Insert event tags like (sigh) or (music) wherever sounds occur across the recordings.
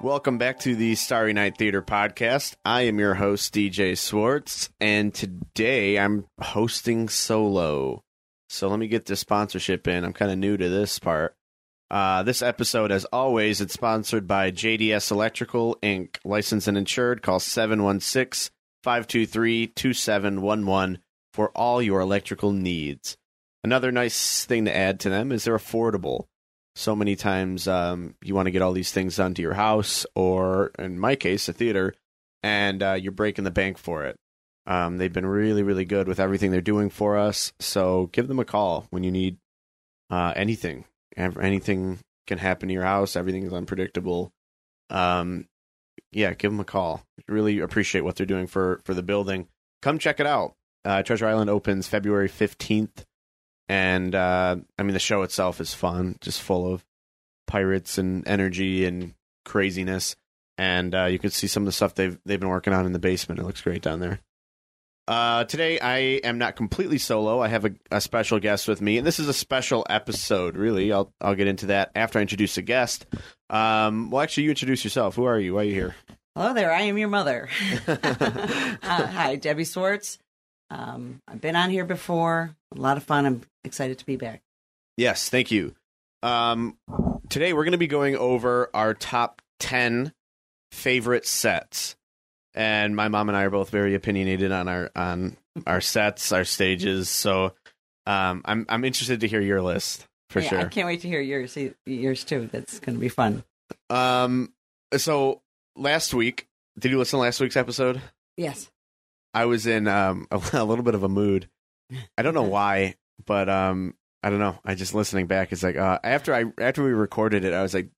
Welcome back to the Starry Night Theater podcast. I am your host, DJ Swartz, and today I'm hosting solo. So let me get this sponsorship in. I'm kind of new to this part. Uh, this episode, as always, it's sponsored by JDS Electrical Inc., licensed and insured. Call 716 523 2711 for all your electrical needs. Another nice thing to add to them is they're affordable so many times um, you want to get all these things done to your house or in my case a theater and uh, you're breaking the bank for it um, they've been really really good with everything they're doing for us so give them a call when you need uh, anything Ev- anything can happen to your house everything's unpredictable um, yeah give them a call really appreciate what they're doing for for the building come check it out uh, treasure island opens february 15th and uh, I mean the show itself is fun, just full of pirates and energy and craziness. And uh, you can see some of the stuff they've they've been working on in the basement. It looks great down there. Uh, today I am not completely solo. I have a, a special guest with me, and this is a special episode. Really, I'll I'll get into that after I introduce a guest. Um, well, actually, you introduce yourself. Who are you? Why are you here? (laughs) Hello there, I am your mother. (laughs) uh, hi, Debbie Swartz. Um, I've been on here before. A lot of fun. I'm excited to be back. Yes, thank you. Um, today we're going to be going over our top 10 favorite sets. And my mom and I are both very opinionated on our on our sets, our stages. So um, I'm I'm interested to hear your list for Yeah, I sure. can't wait to hear yours, yours too. That's going to be fun. Um, so last week, did you listen to last week's episode? Yes. I was in um (laughs) a, a little bit of a mood. I don't know why, but um I don't know. I just listening back it's like uh after I after we recorded it, I was like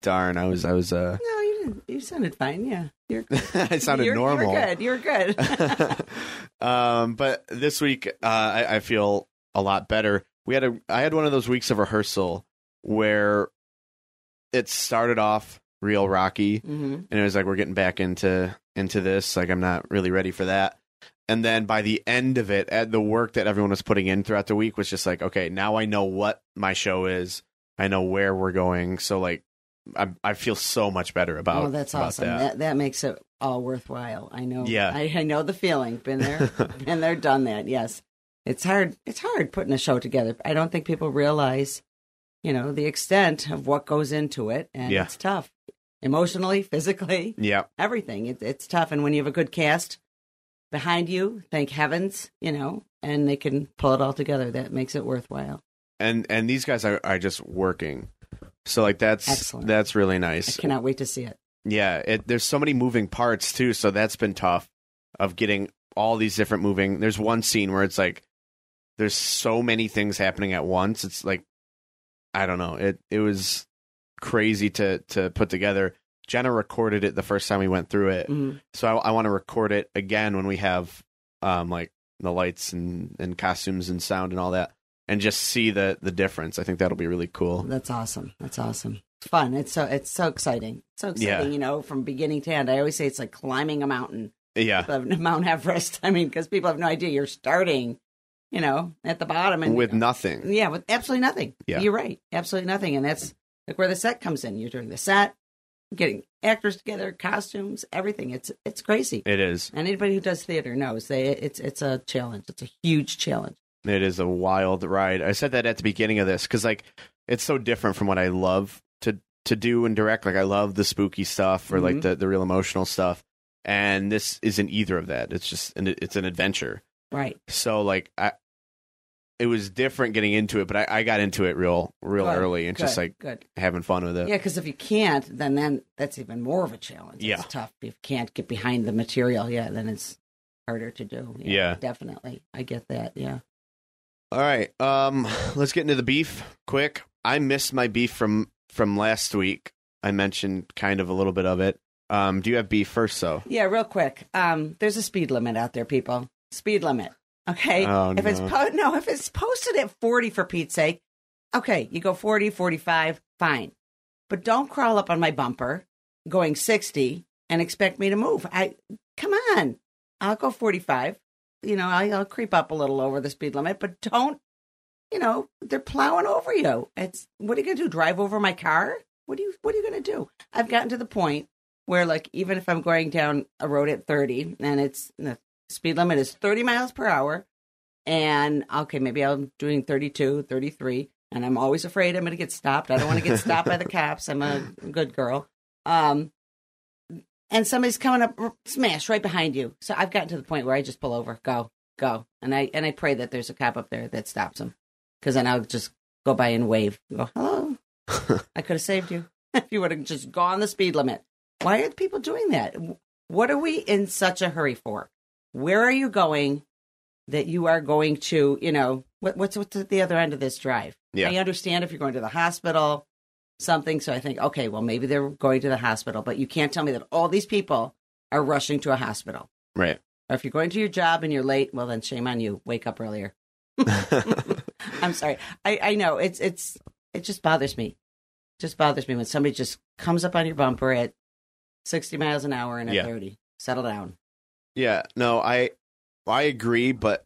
darn, I was I was uh (laughs) No, you didn't. You sounded fine. Yeah. You're, I sounded you're, normal. You're good. You're (laughs) good. (laughs) um but this week uh I, I feel a lot better. We had a I had one of those weeks of rehearsal where it started off real rocky Mhm. and it was like we're getting back into into this like i'm not really ready for that and then by the end of it at the work that everyone was putting in throughout the week was just like okay now i know what my show is i know where we're going so like i, I feel so much better about oh, that's about awesome. that. That. that makes it all worthwhile. I know. Yeah. I, I know the feeling. (laughs) Been there and they're done that. Yes. It's hard. It's hard putting a show together. I don't think people realize, you know, the extent of what goes into it. And Yeah. it's tough emotionally, physically. (laughs) yeah everything. It, it's tough, and when you have a good cast behind you, thank heavens, you know, and they can pull it all together. That makes it worthwhile. and and these guys are, are just working so like that's Excellent. that's really I nice cannot wait to see it. Yeah, it, there's so many moving parts too, so that's been tough of getting all these different moving. There's one scene where it's like there's so many things happening at once. It's like I don't know. It it was crazy to to put together. Jenna recorded it the first time we went through it, Mhm. so I, I want to record it again when we have um like the lights and and costumes and sound and all that, and just see the the difference. I think that'll be really cool. That's awesome. That's awesome. It's fun. It's so it's so exciting. So exciting, Yeah. you know, from beginning to end. I always say it's like climbing a mountain, Yeah, (laughs) of Mount Everest. I mean, because people have no idea you're starting, you know, at the bottom and with nothing. Yeah, with absolutely nothing. Yeah. You're right. Absolutely nothing. And that's like where the set comes in. You're doing the set, getting actors together, costumes, everything. It's it's crazy. It is. And anybody who does theater knows they it's it's a challenge. It's a huge challenge. It is a wild ride. I said that at the beginning of this because like it's so different from what I love to to do and direct. Like I love the spooky stuff or like Mhm. the the real emotional stuff, and this isn't either of that. It's just an, it's an adventure. Right. So like I, it was different getting into it, but I, I got into it real real Good, early and just good, like good. having fun with it. Yeah, because if you can't, then then that's even more of a challenge. Yeah. It's tough. If you can't get behind the material, yeah, then it's harder to do. Yeah. Definitely. I get that. Yeah. All right. Um, (sighs) let's get into the beef quick. I missed my beef from from last week. I mentioned kind of a little bit of it. Um, do you have beef first? So Yeah, real quick. Um, there's a speed limit out there, people. Speed limit. Okay. Oh, if it's no. po- no, if it's posted at 40 for Pete's sake, okay, you go 40, 45, fine. But don't crawl up on my bumper going 60 and expect me to move. I come on. I'll go 45. You know, I, I'll creep up a little over the speed limit, but don't you know, they're plowing over you. It's what are you gonna do? Drive over my car? What do you what are you gonna do? I've gotten to the point where like even if I'm going down a road at thirty and it's the speed limit is thirty miles per hour and okay, maybe I'm doing 32, 33, and I'm always afraid I'm gonna get stopped. I don't wanna get stopped by the cops. I'm a good girl. Um and somebody's coming up r- smash right behind you. So I've gotten to the point where I just pull over, go, go. And I and I pray that there's a cop up there that stops them because then I'll just go by and wave and go, hello. I could have saved you (laughs) if you would have just gone the speed limit. Why are people doing that? What are we in such a hurry for? Where are you going that you are going to, you know, what, what's, what's at the other end of this drive? Yeah. I understand if you're going to the hospital, something. So I think, okay, well, maybe they're going to the hospital, but you can't tell me that all these people are rushing to a hospital. right. Or if you're going to your job and you're late, well, then shame on you. Wake up earlier. I'm sorry. I, I know it's it's it just bothers me. Just bothers me when somebody just comes up on your bumper at 60 miles an hour and at Yeah. 30. Settle down. (laughs) yeah. No, I I agree, but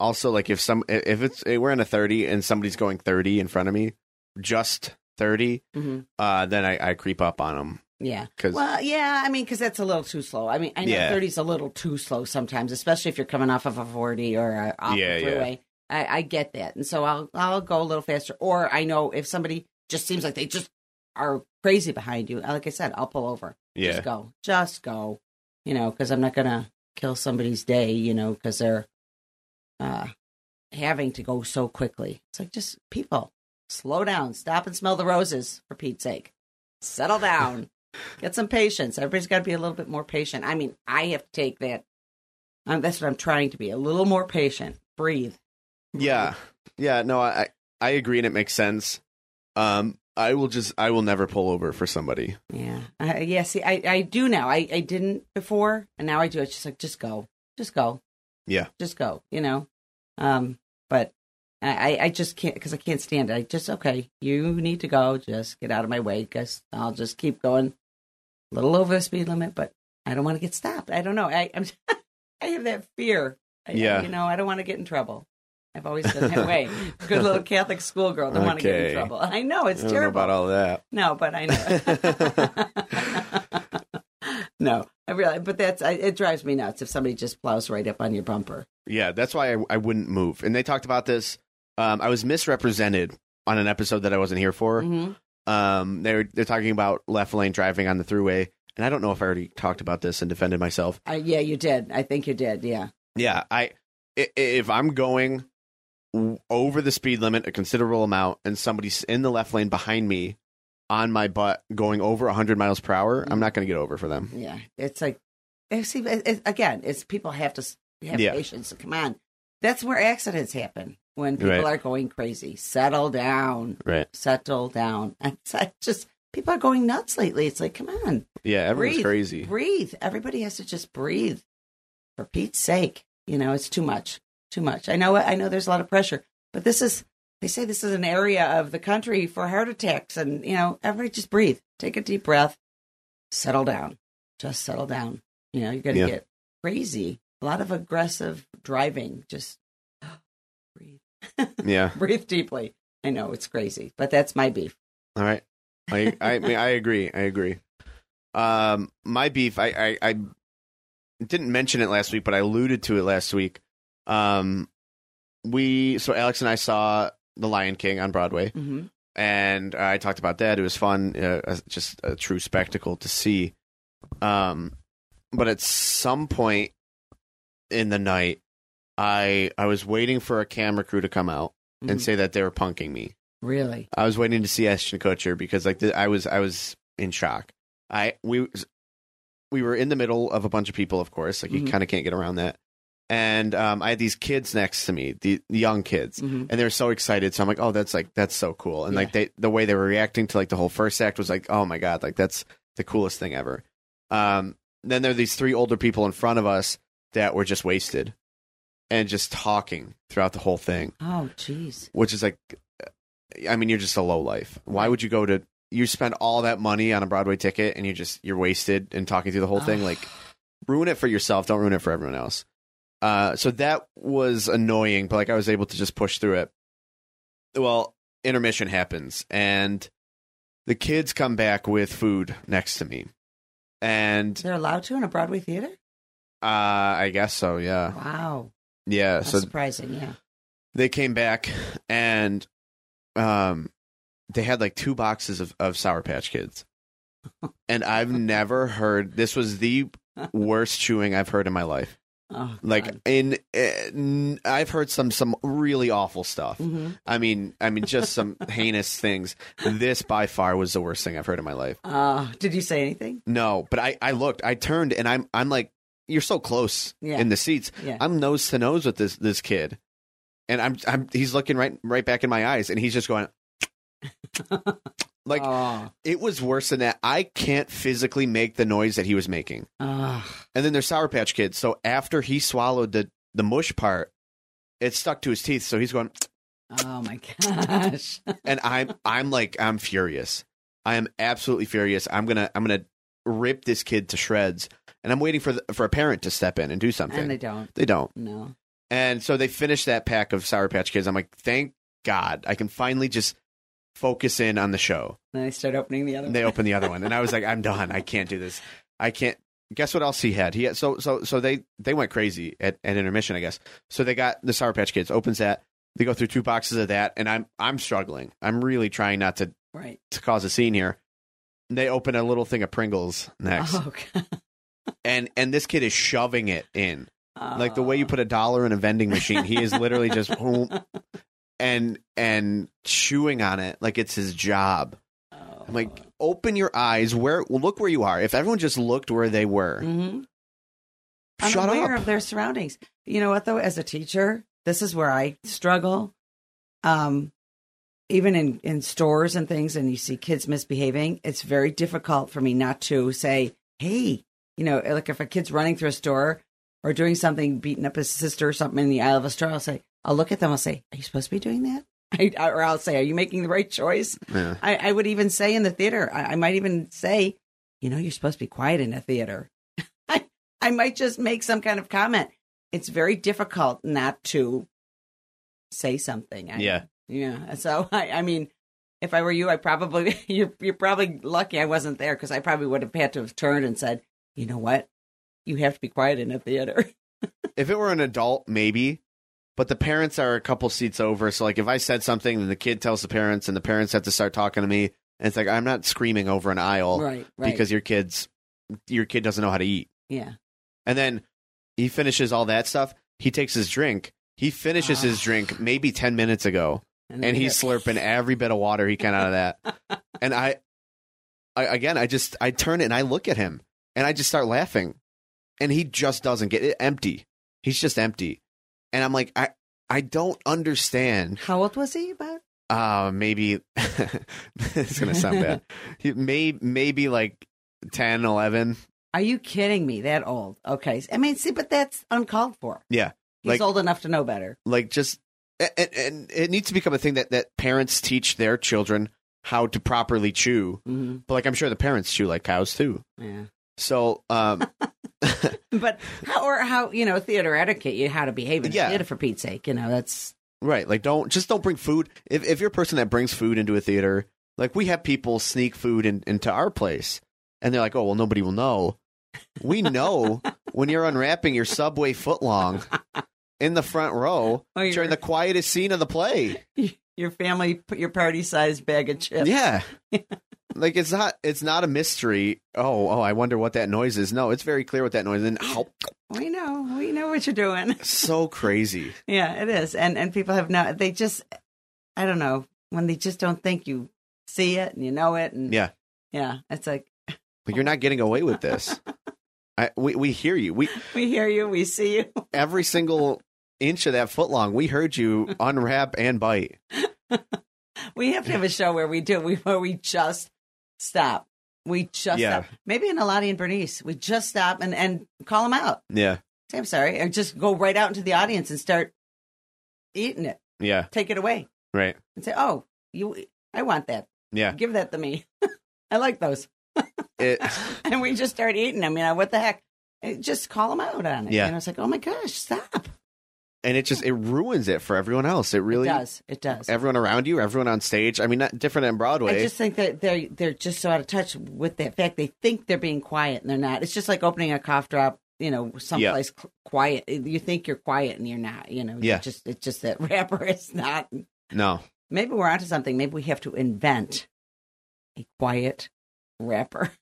also like if some if it's eh, we're in a thirty and somebody's going thirty in front of me, just thirty, hmm uh, then I, I creep up on them Yeah. because Well, yeah. I mean, because that's a little too slow. I mean, I know Yeah. 30 is a little too slow sometimes, especially if you're coming off of a 40 or a, off Yeah, the yeah. freeway. I, I get that, and so I'll I'll go a little faster. Or I know if somebody just seems like they just are crazy behind you. Like I said, I'll pull over. yeah, just go just go you know because i'm not gonna kill somebody's day you know because they're uh having to go so quickly it's like just people slow down stop and smell the roses for pete's sake settle down (laughs) get some patience everybody's got to be a little bit more patient i mean i have to take that um, that's what i'm trying to be a little more patient breathe yeah, yeah. No, I I agree and it makes sense. Um, I will just I will never pull over for somebody. Yeah. Uh, yeah. See, I, I do now. I, I didn't before, and now I do. It's just like, just go. Just go. Yeah. Just go, you know? Um, but I, I- I just can't, because I can't stand it. I just, okay, you need to go. Just get out of my way. Guess I'll just keep going a little over the speed limit, but I don't want to get stopped. I don't know. I, I'm, (laughs) I have that fear. I, Yeah. You know, I don't want to get in trouble. I've always been (laughs) that way. Good little Catholic schoolgirl. Don't want to get in Okay. trouble. I know it's I don't know terrible. about all that. No, but I (laughs) know. no, I really, but that's I, it drives me nuts if somebody just plows right up on your bumper. Yeah, that's why I, I wouldn't move. And they talked about this. Um, I was misrepresented on an episode that I wasn't here for. Mm-hmm. Um, they're they're talking about left lane driving on the throughway, and I don't know if I already talked about this and defended myself. Uh, yeah, you did. I think you did. Yeah, Yeah, I i- if I'm going w- over the speed limit a considerable amount, and somebody's in the left lane behind me on my butt going over 100 miles per hour, I'm not going to get over for them. yeah. It's like, eh, see, it, it, again, it's people have to s- have Yeah. patience. Come on, that's where accidents happen when people Right. are going crazy. Settle down, Right. settle down. (laughs) It's I just people are going nuts lately. It's like, come on, Yeah, everyone's Breathe. crazy. breathe. Everybody has to just breathe. For Pete's sake, you know it's too much, too much. I know, I know. There's a lot of pressure, but this is. They say this is an area of the country for heart attacks, and you know, everybody just breathe, take a deep breath, settle down, just settle down. You know, you're gonna Yeah. get crazy. A lot of aggressive driving. Just (gasps) breathe, Yeah. breathe deeply. I know it's crazy, but that's my beef. All right. I I mean I agree. I agree. Um my beef I, I I didn't mention it last week, but I alluded to it last week. Um we so Alex and I saw The Lion King on Broadway Mm-hmm. and I talked about that. It was fun, uh, uh, just a true spectacle to see. Um, but at some point in the night, I I was waiting for a camera crew to come out and Mhm. say that they were punking me. Really? I was waiting to see Ashton Kutcher because like th- I was I was in shock. I we we were in the middle of a bunch of people, of course. Like Mhm. you kind of can't get around that. And um, I had these kids next to me, the, the young kids, Mhm. and they were so excited. So I'm like, oh, that's like that's so cool. And like they the way they were reacting to like the whole first act was like, oh my god, like that's the coolest thing ever. Um, then there are these three older people in front of us that were just wasted and just talking throughout the whole thing Oh, jeez. which is like i mean you're just a low life why would you go to you spend all that money on a broadway ticket and you just you're wasted and talking through the whole thing Ugh. like ruin it for yourself don't ruin it for everyone else uh, so that was annoying but like i was able to just push through it well intermission happens and the kids come back with food next to me and They're allowed to in a Broadway theater? uh, i guess so yeah Wow. yeah That's so surprising, yeah. they came back and um they had like two boxes of, of sour patch kids and i've never heard this was the worst chewing i've heard in my life Oh, like in uh, n- i've heard some some really awful stuff hmm i mean i mean just some (laughs) heinous things this by far was the worst thing i've heard in my life uh, did you say anything? no but i i looked i turned and i'm i'm like you're so close Yeah. in the seats Yeah. I'm nose to nose with this this kid, and I'm I'm he's looking right right back in my eyes, and he's just going. Like oh, it was worse than that. I can't physically make the noise that he was making. oh, And then there's Sour Patch Kids. So after he swallowed the the mush part, it stuck to his teeth. So he's going, oh my (laughs) gosh. and I'm I'm like I'm furious. I am absolutely furious. I'm gonna I'm gonna rip this kid to shreds. And I'm waiting for the, for a parent to step in and do something. and they don't. they don't. No. And so they finished that pack of Sour Patch Kids. I'm like, thank God, I can finally just focus in on the show. Then they start opening the other And they opened the other one, and I was like, I'm done. I can't do this. I can't. Guess what else he had? He had so so so they they went crazy at, at intermission, I guess. So they got the Sour Patch Kids. Opens that. They go through two boxes of that, and I'm I'm struggling. I'm really trying not to Right. to cause a scene here. They open a little thing of Pringles next, Oh, God. and and this kid is shoving it in like the way Uh. you put a dollar in a vending machine he is literally just whoom, and and chewing on it like it's his job Oh. i'm like open your eyes where well, look where you are if everyone just looked where they were Mhm. shut unaware up of their surroundings. You know what though? As a teacher, this is where I struggle. Um, even in in stores and things, and you see kids misbehaving, it's very difficult for me not to say, "Hey," you know, like if a kid's running through a store or doing something, beating up his sister or something in the aisle of a store, I'll say, I'll look at them, I'll say, "Are you supposed to be doing that?" (laughs) I, or I'll say, "Are you making the right choice?" (laughs) Yeah. I, I would even say in the theater, I, I might even say, you know, you're supposed to be quiet in a theater. (laughs) I, I might just make some kind of comment. It's very difficult not to say something. I, Yeah. Yeah. So (laughs) I, I mean, if I were you, I probably (laughs) you're you're probably lucky I wasn't there because I probably would have had to have turned and said, you know what, you have to be quiet in a theater. (laughs) if it were an adult maybe but the parents are a couple seats over so like if i said something and the kid tells the parents and the parents have to start talking to me and it's like i'm not screaming over an aisle right. Right. because your kids your kid doesn't know how to eat yeah. And then he finishes all that stuff. He takes his drink. He finishes Ah. his drink maybe 10 minutes ago and he's slurping every bit of water he can out of that. (laughs) and I, I, again, I just, I turn and I look at him and I just start laughing. And he just doesn't get it empty. He's just empty. And I'm like, I, I don't understand. How old was he? About Uh, maybe (laughs) it's going to sound (laughs) bad. He may, maybe like 10, 11. Are you kidding me? That old? Okay. I mean, see, but that's uncalled for. Yeah. He's Like- old enough to know better. like just and, and it needs to become a thing that that parents teach their children how to properly chew hmm but like i'm sure the parents chew like cows too Yeah. so um But how, or how, you know, theater etiquette, you how to behave in a Yeah. theater for Pete's sake. You know, that's, right like don't just don't bring food if, if you're a person that brings food into a theater like we have people sneak food in, into our place and they're like oh well nobody will know we know when you're unwrapping your subway footlong in the front row Oh, you're- during the quietest scene of the play your family put your party sized bag of chips. Yeah. (laughs) like it's not it's not a mystery. Oh, oh, I wonder what that noise is. No, it's very clear what that noise is. And how We know. We know what you're doing. (laughs) so crazy. Yeah, it is. And and people have no they just I don't know, when they just don't think you see it and you know it and Yeah. yeah it's like But you're not getting away with this. I we, we hear you. We we hear you, we see you. every single inch of that foot long, we heard (laughs) you unwrap and bite. We have to have a show where we do we where we just stop. We just Yeah. stop. Maybe in Aladi and Bernice, we just stop and and call them out. Yeah. Say I'm sorry, or just go right out into the audience and start eating it. Yeah. Take it away Right. and say, "Oh, you, I want that. Yeah. Give that to me. (laughs) I like those." (laughs) It And we just start eating them. You know what the heck? And Just call them out on it. Yeah. And it's like, "Oh my gosh, stop!" and it just it ruins it for everyone else. It really It does it does? everyone around you, everyone on stage. I mean, not different than I Broadway. just think that they're they're just so out of touch with that fact. They think they're being quiet and they're not. It's just like opening a cough drop, you know, someplace cl- quiet. You think you're quiet and you're not. You know, Yeah. It's just it's just that (laughs) rapper is not. no. Maybe we're onto something. Maybe we have to invent a quiet rapper.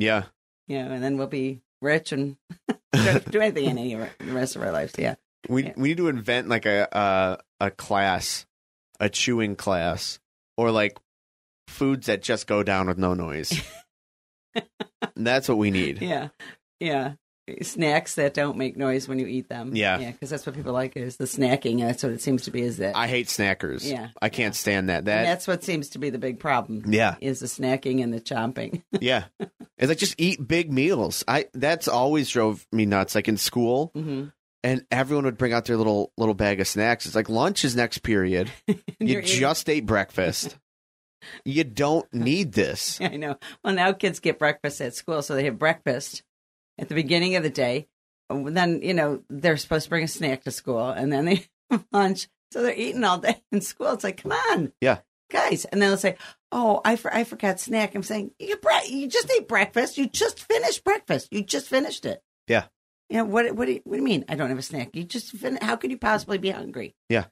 Yeah. (laughs) You know, and then we'll be rich and (laughs) don't have to do anything in any of the rest of our lives. Yeah, We Yeah. we need to invent like a uh, a class, a chewing class, or like foods that just go down with no (laughs) noise. That's what we need. yeah, yeah. Snacks that don't make noise when you eat them. Yeah. yeah, because that's what people like is the snacking. That's what it seems to be. Is that I hate snackers. Yeah. I can't stand that. and That that's what seems to be the big problem (laughs) yeah, is the snacking and the chomping. (laughs) yeah. It's like just eat big meals. I that's always drove me nuts. Like in school, Mm-hmm. and everyone would bring out their little little bag of snacks. It's like lunch is next (laughs) period. you just ate breakfast. you don't need this. (laughs) I know. Well, now kids get breakfast at school, so they have breakfast at the beginning of the day. And Then you know they're supposed to bring a snack to school, and then they have (laughs) lunch. So they're eating all day in school. It's like, come on, Yeah. guys. And they'll say, "Oh, I for- I forgot snack." I'm saying, "You bre- you just ate breakfast. You just finished breakfast. You just finished it." Yeah. You know what? What do you, what do you mean? I don't have a snack. You just fin- how could you possibly be hungry? Yeah.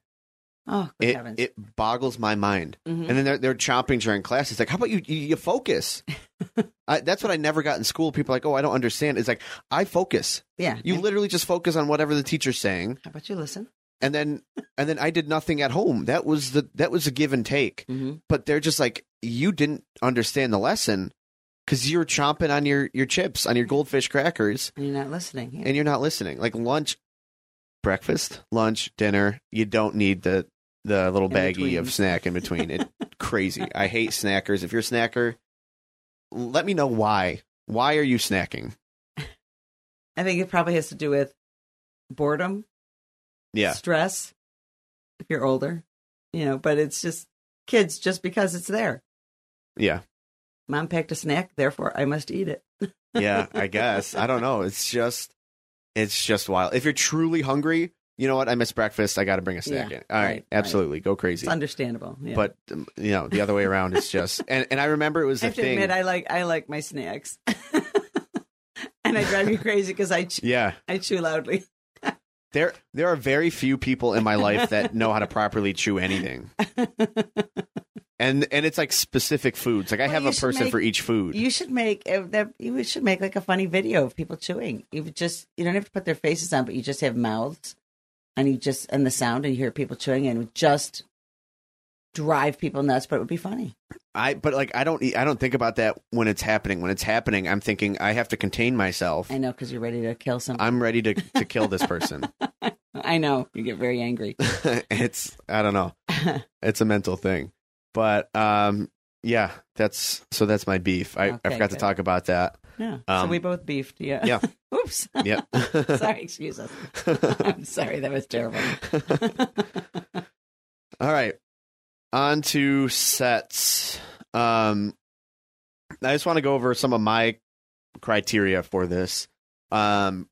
Oh, good It heavens. it boggles my mind. Mhm. And then they're they're chomping during class. It's like, how about you you, you focus? I, that's what I never got in school. People are like, oh, I don't understand. It's like I focus. yeah. You And literally just focus on whatever the teacher's saying, how about you listen? and then and then I did nothing at home. That was the that was a give and take. Mm-hmm. But they're just like, you didn't understand the lesson because you're chomping on your your chips on your goldfish crackers, And you're not listening. Yeah. and you're not listening. Like lunch, breakfast, lunch, dinner. You don't need the the little In baggie between. of snack in between. (laughs) It crazy. I hate snackers. If you're a snacker, let me know why. Why are you snacking? I think it probably has to do with boredom, Yeah, stress, if you're older, you know, but it's just kids just because it's there. yeah, Mom packed a snack, therefore I must eat it. yeah. I guess I don't know. It's just, it's just wild. If you're truly hungry, you know what? I missed breakfast. I got to bring a snack Yeah, in. All right, right, right. absolutely, go crazy. It's understandable. yeah. But um, you know, the other way around is just. And and I remember it was I a have to thing. admit I like I like my snacks. (laughs) and I drive you crazy because I chew, yeah. I chew loudly. There, there are very few people in my life that know how to properly chew (laughs) anything, and and it's like specific foods. Like I Well, have you a should person make- for each food. You should make if that. You should make like a funny video of people chewing. You would just you don't have to put their faces on, but you just have mouths, and you just and the sound, and you hear people chewing, and it would just drive people nuts. But it would be funny. I, but like I don't, e, I don't think about that when it's happening. When it's happening, I'm thinking I have to contain myself. I know because you're ready to kill someone. I'm ready to to kill this (laughs) person. (laughs) I know you get very angry. (laughs) it's I don't know. It's a mental thing, but um, yeah, that's so that's my beef. I, I Okay, forgot to good. talk about that. Yeah. so Um, we both beefed. Yeah. yeah. (laughs) Oops. (laughs) Yep. sorry. Excuse us. (laughs) I'm sorry. That (laughs) was terrible. (laughs) All right. On to sets. Um I just want to go over some of my criteria for this. Um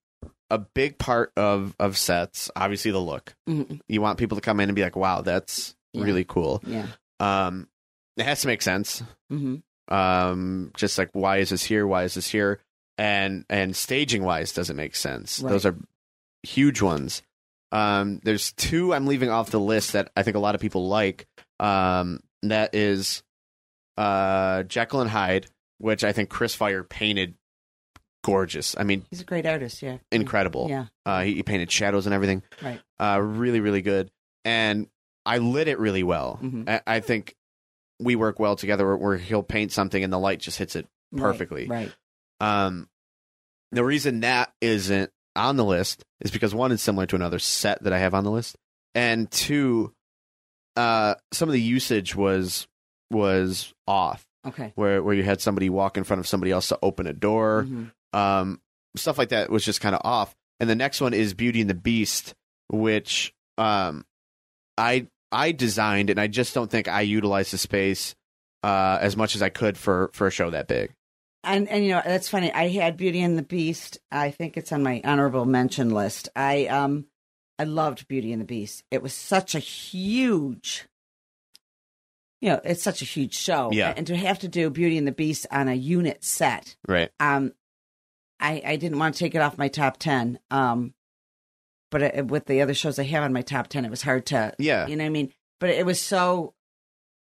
a big part of of sets, obviously the look. Mhm. You want people to come in and be like, "Wow, that's Yeah. really cool." yeah. Um it has to make sense. hmm Um just like why is this here? Why is this here? And and staging wise doesn't make sense. Right. Those are huge ones. Um, there's two I'm leaving off the list that I think a lot of people like, Um, that is uh, Jekyll and Hyde, which I think Chris Fire painted gorgeous. I mean, He's a great artist. Yeah. incredible. Yeah. Uh, he, he painted shadows and everything. Right. Uh, really, really good. And I lit it really well. Mhm. I, I think we work well together where, where he'll paint something and the light just hits it Right, perfectly. Right. Um, the reason that isn't on the list is because one, it's similar to another set that I have on the list, and two, uh, some of the usage was was off, Okay. where where you had somebody walk in front of somebody else to open a door, Mhm. um, stuff like that was just kind of off. And the next one is Beauty and the Beast, which um, I I designed, and I just don't think I utilized the space uh, as much as I could for for a show that big. And and you know that's funny. I had Beauty and the Beast. I think it's on my honorable mention list. I um I loved Beauty and the Beast. It was such a huge you know, it's such a huge show. Yeah. And to have to do Beauty and the Beast on a unit set, Right. um I I didn't want to take it off my top 10. Um but it, with the other shows I have on my top 10, it was hard to Yeah. you know what I mean? But it was so,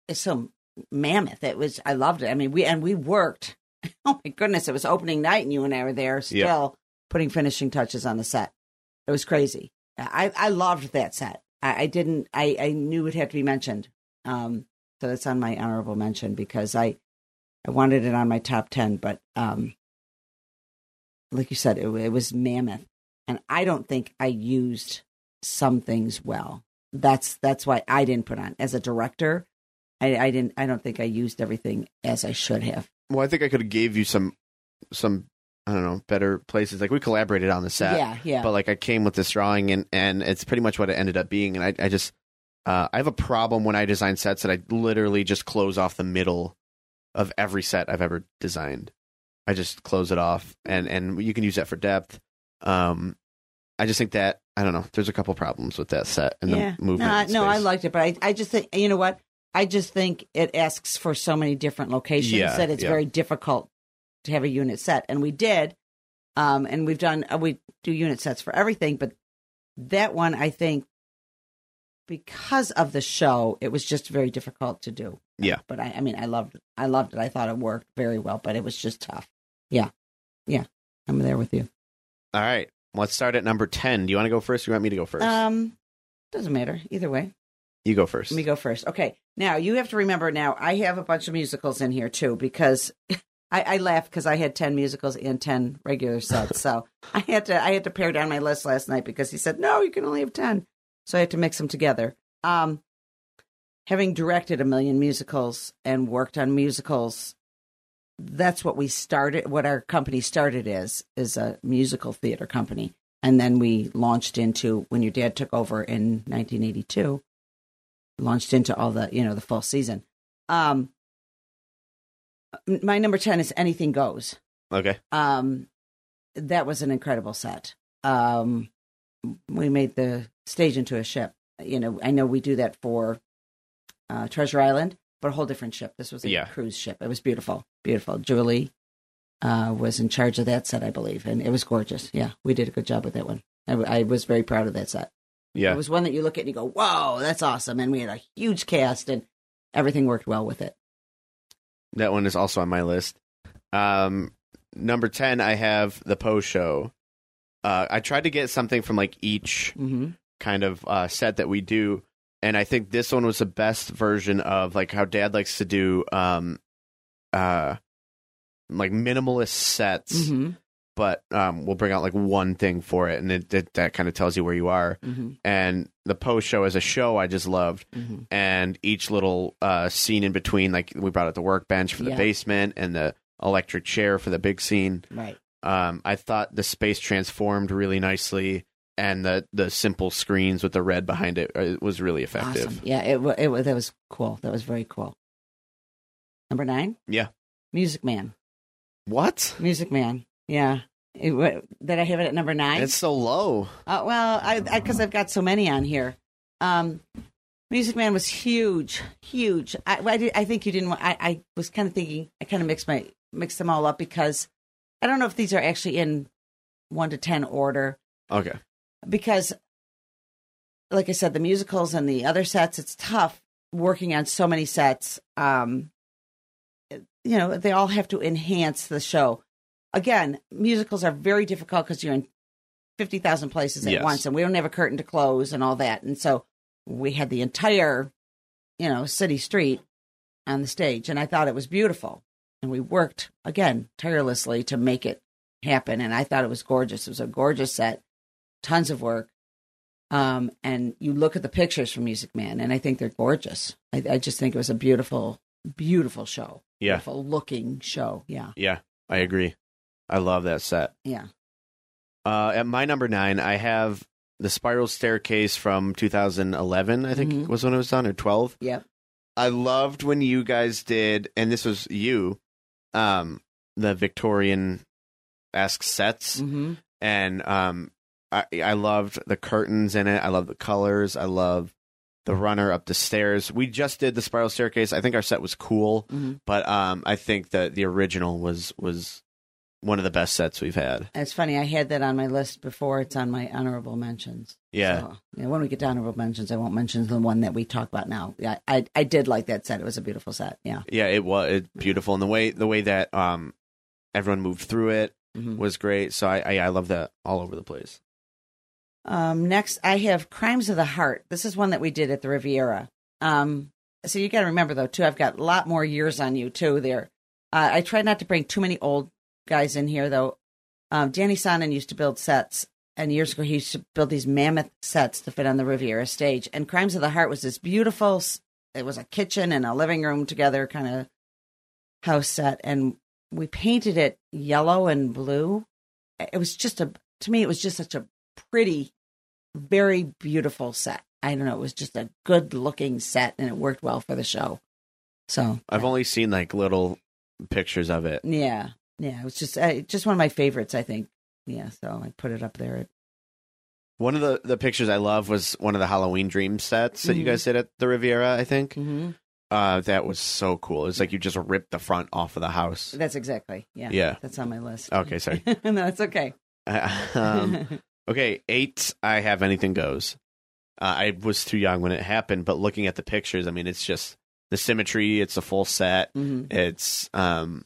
it's so mammoth. It was, I loved it. I mean, we, and we worked. (laughs) Oh my goodness. It was opening night and you and I were there still putting finishing touches on the set. It was crazy. I, I loved that set. I, I didn't, I, I knew it had to be mentioned. Um, so that's on my honorable mention because I, I wanted it on my top 10, but, um, like you said, it, it was mammoth. And I don't think I used some things well that's that's why I didn't put on as a director. I, I didn't. I don't think I used everything as I should have. Well, I think I could have gave you some some I don't know better places. Like we collaborated on the set, yeah, yeah. but like I came with this drawing and and it's pretty much what it ended up being. And I I just uh, I have a problem when I design sets that I literally just close off the middle of every set I've ever designed. I just close it off, and and you can use that for depth. Um, I just think that I don't know. There's a couple problems with that set and yeah. the movement. No, I, and no, I space. liked it, but I, I just think you know what? I just think it asks for so many different locations Yeah, that it's yeah. very difficult to have a unit set, and we did. Um, and we've done uh, we do unit sets for everything, but that one I think because of the show, it was just very difficult to do. Yeah. but I, I mean, I loved I loved it. I thought it worked very well, but it was just tough. Yeah, yeah, I'm there with you. All right, let's start at number ten. Do you want to go first? Or you want me to go first? Um, doesn't matter either way. you go first. Let me go first. Okay. Now you have to remember. Now I have a bunch of musicals in here too because (laughs) I, I laugh because I had ten musicals and ten regular sets. so I had to I had to pare down my list last night because he said no, you can only have ten. So I had to mix them together. Um, having directed a million musicals and worked on musicals, that's what we started. What our company started is is a musical theater company, and then we launched into when your dad took over in 1982 launched into all the you know the full season. Um, m- my number ten is anything goes. Okay. Um, that was an incredible set. Um, we made the stage into a ship. You know, I know we do that for uh, Treasure Island, but a whole different ship. This was a Yeah. cruise ship. It was beautiful, beautiful. Julie uh, was in charge of that set, I believe, and it was gorgeous. Yeah, we did a good job with that one. I, w- I was very proud of that set. Yeah. It was one that you look at and you go, "Whoa, that's awesome!" And we had a huge cast, and everything worked well with it. That one is also on my list. Um, number 10, I have The Poe Show. Uh, I tried to get something from like each Mm-hmm. kind of uh, set that we do. And I think this one was the best version of like how dad likes to do um, uh, like minimalist sets, Mm-hmm. but um, we'll bring out like one thing for it. And it, it, that kind of tells you where you are. Mm-hmm. And The Poe Show as a show, I just loved Mm-hmm. and each little uh, scene in between, like we brought out the workbench for the Yeah. basement and the electric chair for the big scene. Right. Um, I thought the space transformed really nicely, and the the simple screens with the red behind it, uh, it was really effective. Awesome. Yeah. It, wa- it wa- that was cool. That was very cool. Number nine. Yeah. Music Man. What? Music Man. Yeah. It, wa- did I have it at number nine? It's so low. Uh, well, I because I've got so many on here. Um, Music Man was huge, huge. I, I, did, I think you didn't. wa- I, I was kind of thinking. I kind of mixed my mixed them all up because I don't know if these are actually in one to ten order Okay. because, like I said, the musicals and the other sets, it's tough working on so many sets, um, you know, they all have to enhance the show. Again, musicals are very difficult because you're in 50,000 places at Yes. once and we don't have a curtain to close and all that. And so we had the entire, you know, city street on the stage and I thought it was beautiful. And we worked again tirelessly to make it happen. And I thought it was gorgeous. It was a gorgeous set, tons of work. Um, and you look at the pictures from Music Man, and I think they're gorgeous. I, I just think it was a beautiful, beautiful show. Yeah. Beautiful looking show. Yeah. Yeah, I agree. I love that set. Yeah. Uh, at my number nine, I have the Spiral Staircase from 2011. I think Mhm. was when it was done, or 12. Yep. I loved when you guys did, and this was you, um, the Victorian esque sets, hmm and um, I I loved the curtains in it. I love the colors. I love the runner up the stairs. We just did the Spiral Staircase. I think our set was cool, hmm but um, I think that the original was was one of the best sets we've had. It's funny. I had that on my list before. It's on my honorable mentions. Yeah. So, yeah, when we get to honorable mentions, I won't mention the one that we talk about now. Yeah, I I did like that set. It was a beautiful set. Yeah. Yeah, it was it's beautiful, and the way the way that um everyone moved through it Mhm. was great. So I I, I love that all over the place. Um, next, I have Crimes of the Heart. This is one that we did at the Riviera. Um, so you got to remember, though, too, I've got a lot more years on you, too, there. Uh, I try not to bring too many old guys in here, though. Um, Danny Sonnen used to build sets, and years ago, he used to build these mammoth sets to fit on the Riviera stage. And Crimes of the Heart was this beautiful, s- it was a kitchen and a living room together kind of house set. And we painted it yellow and blue. It was just a, to me, it was just such a pretty very beautiful set. I don't know. It was just a good looking set and it worked well for the show. So, I've only seen like little pictures of it. yeah. Yeah. It was just, uh, just one of my favorites, I think. Yeah. So I put it up there. One of the the pictures I love was one of the Halloween Dream sets that you Mhm. guys did at the Riviera. I think Mm-hmm. uh, that was so cool. It's like you just ripped the front off of the house. That's exactly. Yeah. Yeah. That's on my list. Okay, sorry. (laughs) (laughs) no, it's okay. (laughs) um, okay, eight. I have anything goes. Uh, I was too young when it happened, but looking at the pictures, I mean, it's just the symmetry. It's a full set. hmm It's um,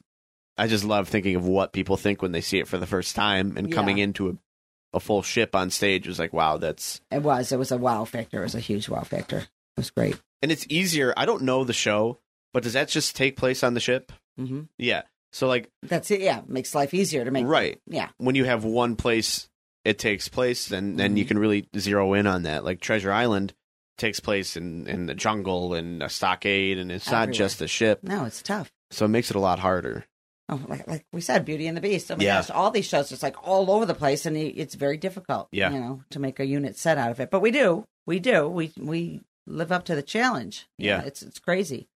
I just love thinking of what people think when they see it for the first time and Yeah. coming into a, a full ship on stage was like, wow, that's It was. It was a wow factor. It was a huge wow factor. It was great. and it's easier. I don't know the show, but does that just take place on the ship? hmm Yeah. So like, That's it. Yeah. Makes life easier to make. Mm-hmm. right Yeah. when you have one place it takes place, then then you Mhm. can really zero in on that. Like Treasure Island takes place in in the jungle and a stockade, and it's not Everywhere. just a ship, No, it's tough. so it makes it a lot harder. Oh, like, like we said, Beauty and the Beast. Oh my Yeah. gosh, all these shows it's like all over the place, and it- it's very difficult. Yeah. you know, to make a unit set out of it. But we do, we do, we we live up to the challenge. You Yeah. know, it's it's crazy.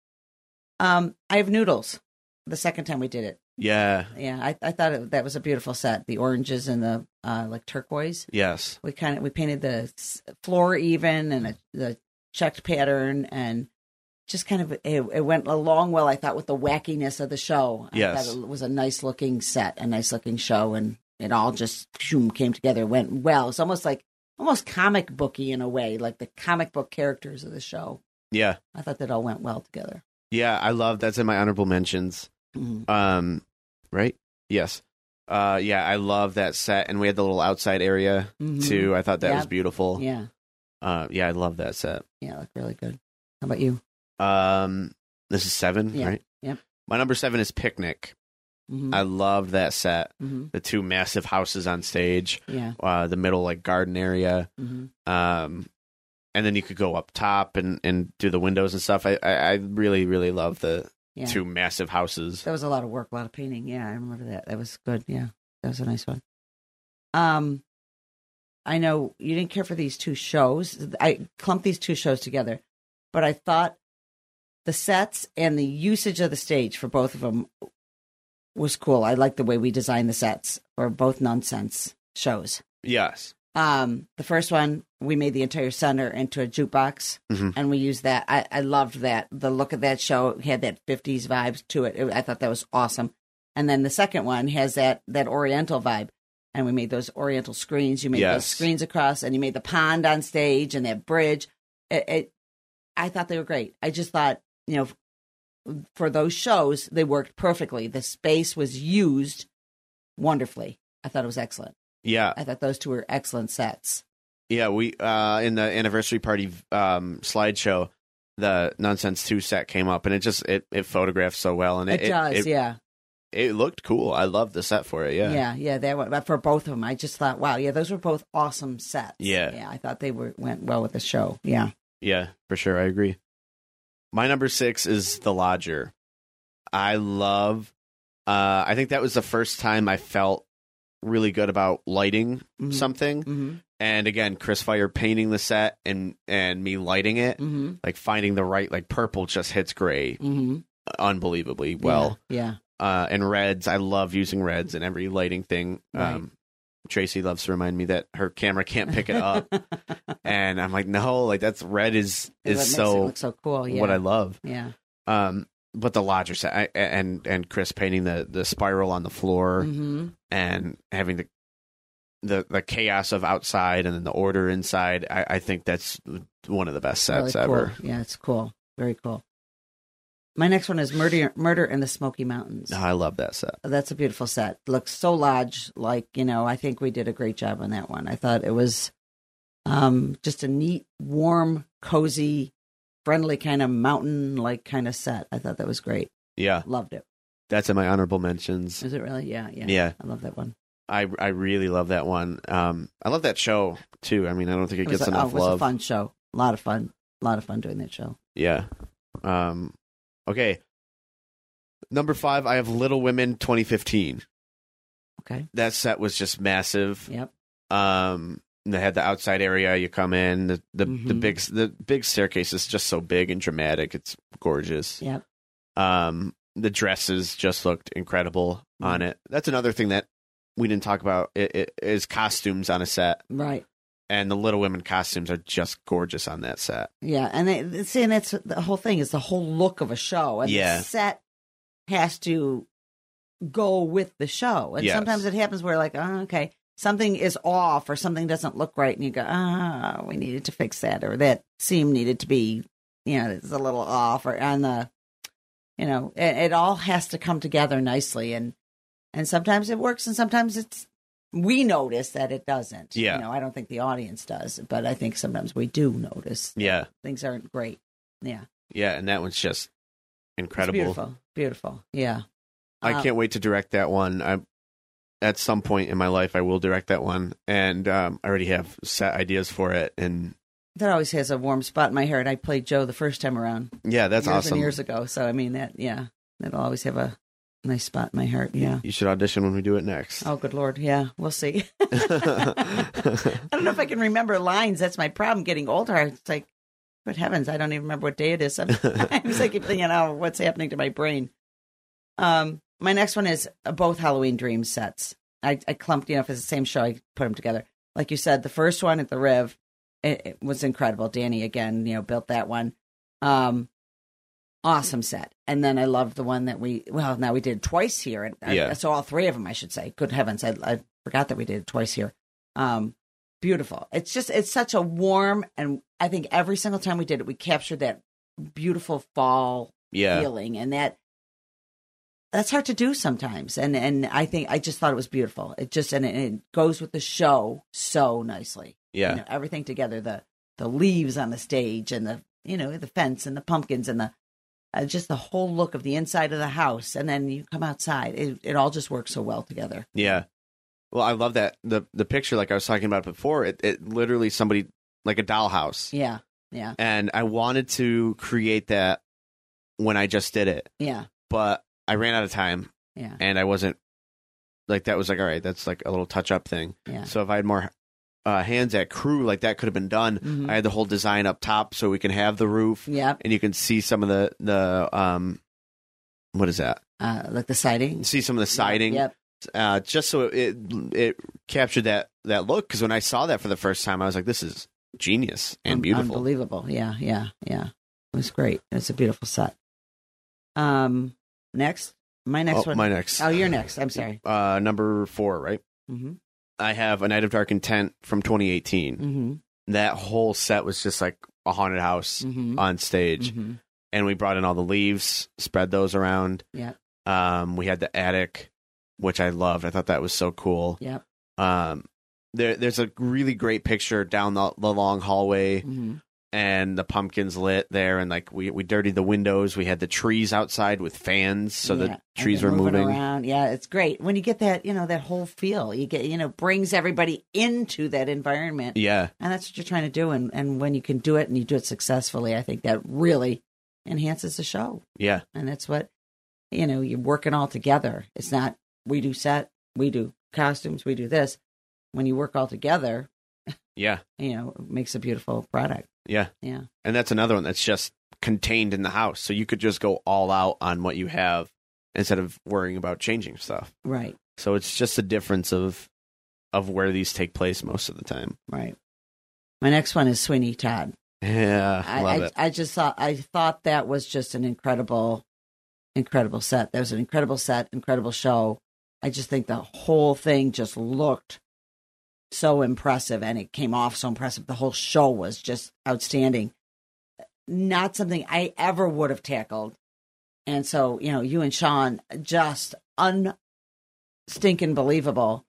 Um, I have noodles. The second time we did it, Yeah. yeah, I I thought it, that was a beautiful set. The oranges and the uh, like turquoise. Yes. We kind of we painted the s- floor even and a, the checked pattern and. Just kind of, it, it went along well, I thought, with the wackiness of the show. I Yes. thought it was a nice looking set, a nice looking show, and it all just shoom, came together, went well. It's almost like almost comic booky in a way, like the comic book characters of the show. Yeah. I thought that all went well together. Yeah. I love that's in my honorable mentions. Mhm. Um, right? Yes. Uh, yeah. I love that set, and we had the little outside area Mhm. too. I thought that Yeah. was beautiful. Yeah. Yeah, Uh, yeah. I love that set. yeah, looked really good. How about you? Um, this is seven, Yeah. right? Yep. My number seven is Picnic. Mhm. I love that set. Mhm. The two massive houses on stage, Yeah, uh, the middle like garden area, Mhm. um, and then you could go up top and and do the windows and stuff. I I, I really really love the yeah. two massive houses. That was a lot of work, a lot of painting. Yeah, I remember that. That was good. Yeah, that was a nice one. Um, I know you didn't care for these two shows. I clumped these two shows together, but I thought the sets and the usage of the stage for both of them was cool. I liked the way we designed the sets for both nonsense shows. Yes. Um, the first one, we made the entire center into a jukebox, Mhm. and we used that. I, I loved that. The look of that show had that '50s vibes to it. It- I thought that was awesome. And then the second one has that that Oriental vibe, and we made those Oriental screens. You made Yes. those screens across, and you made the pond on stage and that bridge. It, it I thought they were great. I just thought, you know, f- for those shows, they worked perfectly. The space was used wonderfully. I thought it was excellent. Yeah, I thought those two were excellent sets. yeah. We uh, in the anniversary party um, slideshow, the Nonsense Two set came up, and it just it it photographed so well, and It, it does, it, yeah. it looked cool. I love the set for it. yeah, Yeah, yeah, That went, but for both of them, I just thought, wow, yeah, those were both awesome sets. Yeah. yeah. I thought they were went well with the show. Yeah, Yeah, for sure. I agree. My number six is The Lodger. I love. Uh, I think that was the first time I felt really good about lighting Mhm. something. Mhm. And again, Chris Fire painting the set and and me lighting it, Mhm. like finding the right like purple just hits gray Mhm. unbelievably well. yeah, Uh, and reds, I love using reds in every lighting thing. Um, Tracy loves to remind me that her camera can't pick it (laughs) up, and I'm like, no, like that's red is It is makes so it look so cool. Yeah, what I love. yeah, Um, but the lodger set I, and and Chris painting the the spiral on the floor hmm and having the the the chaos of outside and then the order inside. I, I think that's one of the best sets really ever. Cool. Yeah, it's cool. Very cool. My next one is murder, murder in the Smoky Mountains. I love that set. That's a beautiful set. Looks so lodge like, you know, I think we did a great job on that one. I thought it was um, just a neat, warm, cozy, friendly kind of mountain like kind of set. I thought that was great. Yeah, Loved it. that's in my honorable mentions. Is it really? Yeah, yeah. Yeah. I love that one. I I really love that one. Um, I love that show too. I mean, I don't think it, was, gets a, oh, enough it was a love. fun show. A lot of fun. A lot of fun doing that show. Yeah. Um. Okay. Number five, I have Little Women 2015. Okay. That set was just massive. Yep. Um, and they had the outside area. You come in the the, the Mhm. big the big staircase is just so big and dramatic. It's gorgeous. Yep. Um, the dresses just looked incredible on Mm-hmm. it. That's another thing that we didn't talk about i- i- is costumes on a set, Right. and the Little Women costumes are just gorgeous on that set. Yeah, and it, see, and that's the whole thing is the whole look of a show, and Yeah. the set has to go with the show. And Yes. sometimes it happens where like, oh, okay, something is off or something doesn't look right, and you go, ah, we needed to fix that, or that seam needed to be, you know, it's a little off, or on the, you know, it, it all has to come together nicely, and and sometimes it works, and sometimes it's we notice that it doesn't. Yeah. you know, I don't think the audience does, but I think sometimes we do notice Yeah, things aren't great. Yeah. yeah, and that one's just incredible. It's beautiful. Beautiful. Yeah. I Uh, can't wait to direct that one. I at some point in my life I will direct that one, and um, I already have set ideas for it. And That always has a warm spot in my heart. I played Joe the first time around. yeah, that's years awesome. And years ago. So, I mean, that, yeah, that'll always have a nice spot in my heart. Yeah. You should audition when we do it next. Oh, good Lord. Yeah. We'll see. (laughs) I don't know if I can remember lines. That's my problem getting older. It's like, good heavens, I don't even remember what day it (laughs) is. Sometimes (laughs) I keep thinking, oh, what's happening to my brain? Um, my next one is uh, both Halloween dream sets. I, I clumped, you know, if it's the same show, I put them together. Like you said, the first one at the Riv, it, it was incredible. Danny again, you know, built that one. Um, awesome set. And then I loved the one that we, well, now we did twice here. And, uh, Yeah. So all three of them, I should say. Good heavens, I, I forgot that we did it twice here. Um, beautiful. It's just it's such a warm and I think every single time we did it, we captured that beautiful fall (laughs) yeah, feeling and that that's hard to do sometimes. And and I think I just thought it was beautiful. It just and it, it goes with the show so nicely. yeah, You know, everything together the the leaves on the stage and the you know the fence and the pumpkins and the uh, just the whole look of the inside of the house and then you come outside. It it all just works so well together. yeah. Well, I love that the the picture. Like I was talking about before, it, it literally somebody like a dollhouse, Yeah. Yeah. and I wanted to create that when I just did it, Yeah. but I ran out of time, Yeah. and I wasn't like that. Was like all right, that's like a little touch up thing. Yeah. So if I had more uh, hands at crew, like that could have been done. Mhm. I had the whole design up top, so we can have the roof, Yeah. and you can see some of the the um, what is that? uh, like the You siding. see some of the siding, Yep. uh, just so it it captured that that look. Because when I saw that for the first time, I was like, this is genius and Un- beautiful. Unbelievable. Yeah, yeah, yeah. It was great. It was a beautiful set. Um, next, my next oh, one. my next, Oh, you're next. I'm sorry. uh, number four, right? hmm I have a Night of Dark Intent from 2018. hmm That whole set was just like a haunted house Mhm. on stage, Mhm. and we brought in all the leaves, spread those around. Yeah. Um, we had the attic, which I loved. I thought that was so cool. Yep. Um, there, there's a really great picture down the, the long hallway, Mhm. and the pumpkins lit there, and like we we dirtied the windows. We had the trees outside with fans, so Yeah. the And trees they're were moving. around. Yeah, it's great when you get that. You know that whole feel. You get you know brings everybody into that environment, Yeah, and that's what you're trying to do. And and when you can do it and you do it successfully, I think that really enhances the show. yeah, And that's what you know. You're working all together. It's not we do set, we do costumes, we do this. When you work all together, yeah, you know, it makes a beautiful product. yeah. Yeah. And that's another one that's just contained in the house, so you could just go all out on what you have instead of worrying about changing stuff. Right. So it's just a difference of of where these take place most of the time. Right. My next one is Sweeney Todd. Yeah, I, love I, it. I just thought I thought that was just an incredible, incredible set. That was an incredible set, incredible show. I just think the whole thing just looked so impressive, and it came off so impressive. The whole show was just outstanding. Not something I ever would have tackled, and so you know, you and Sean just un stinking believable.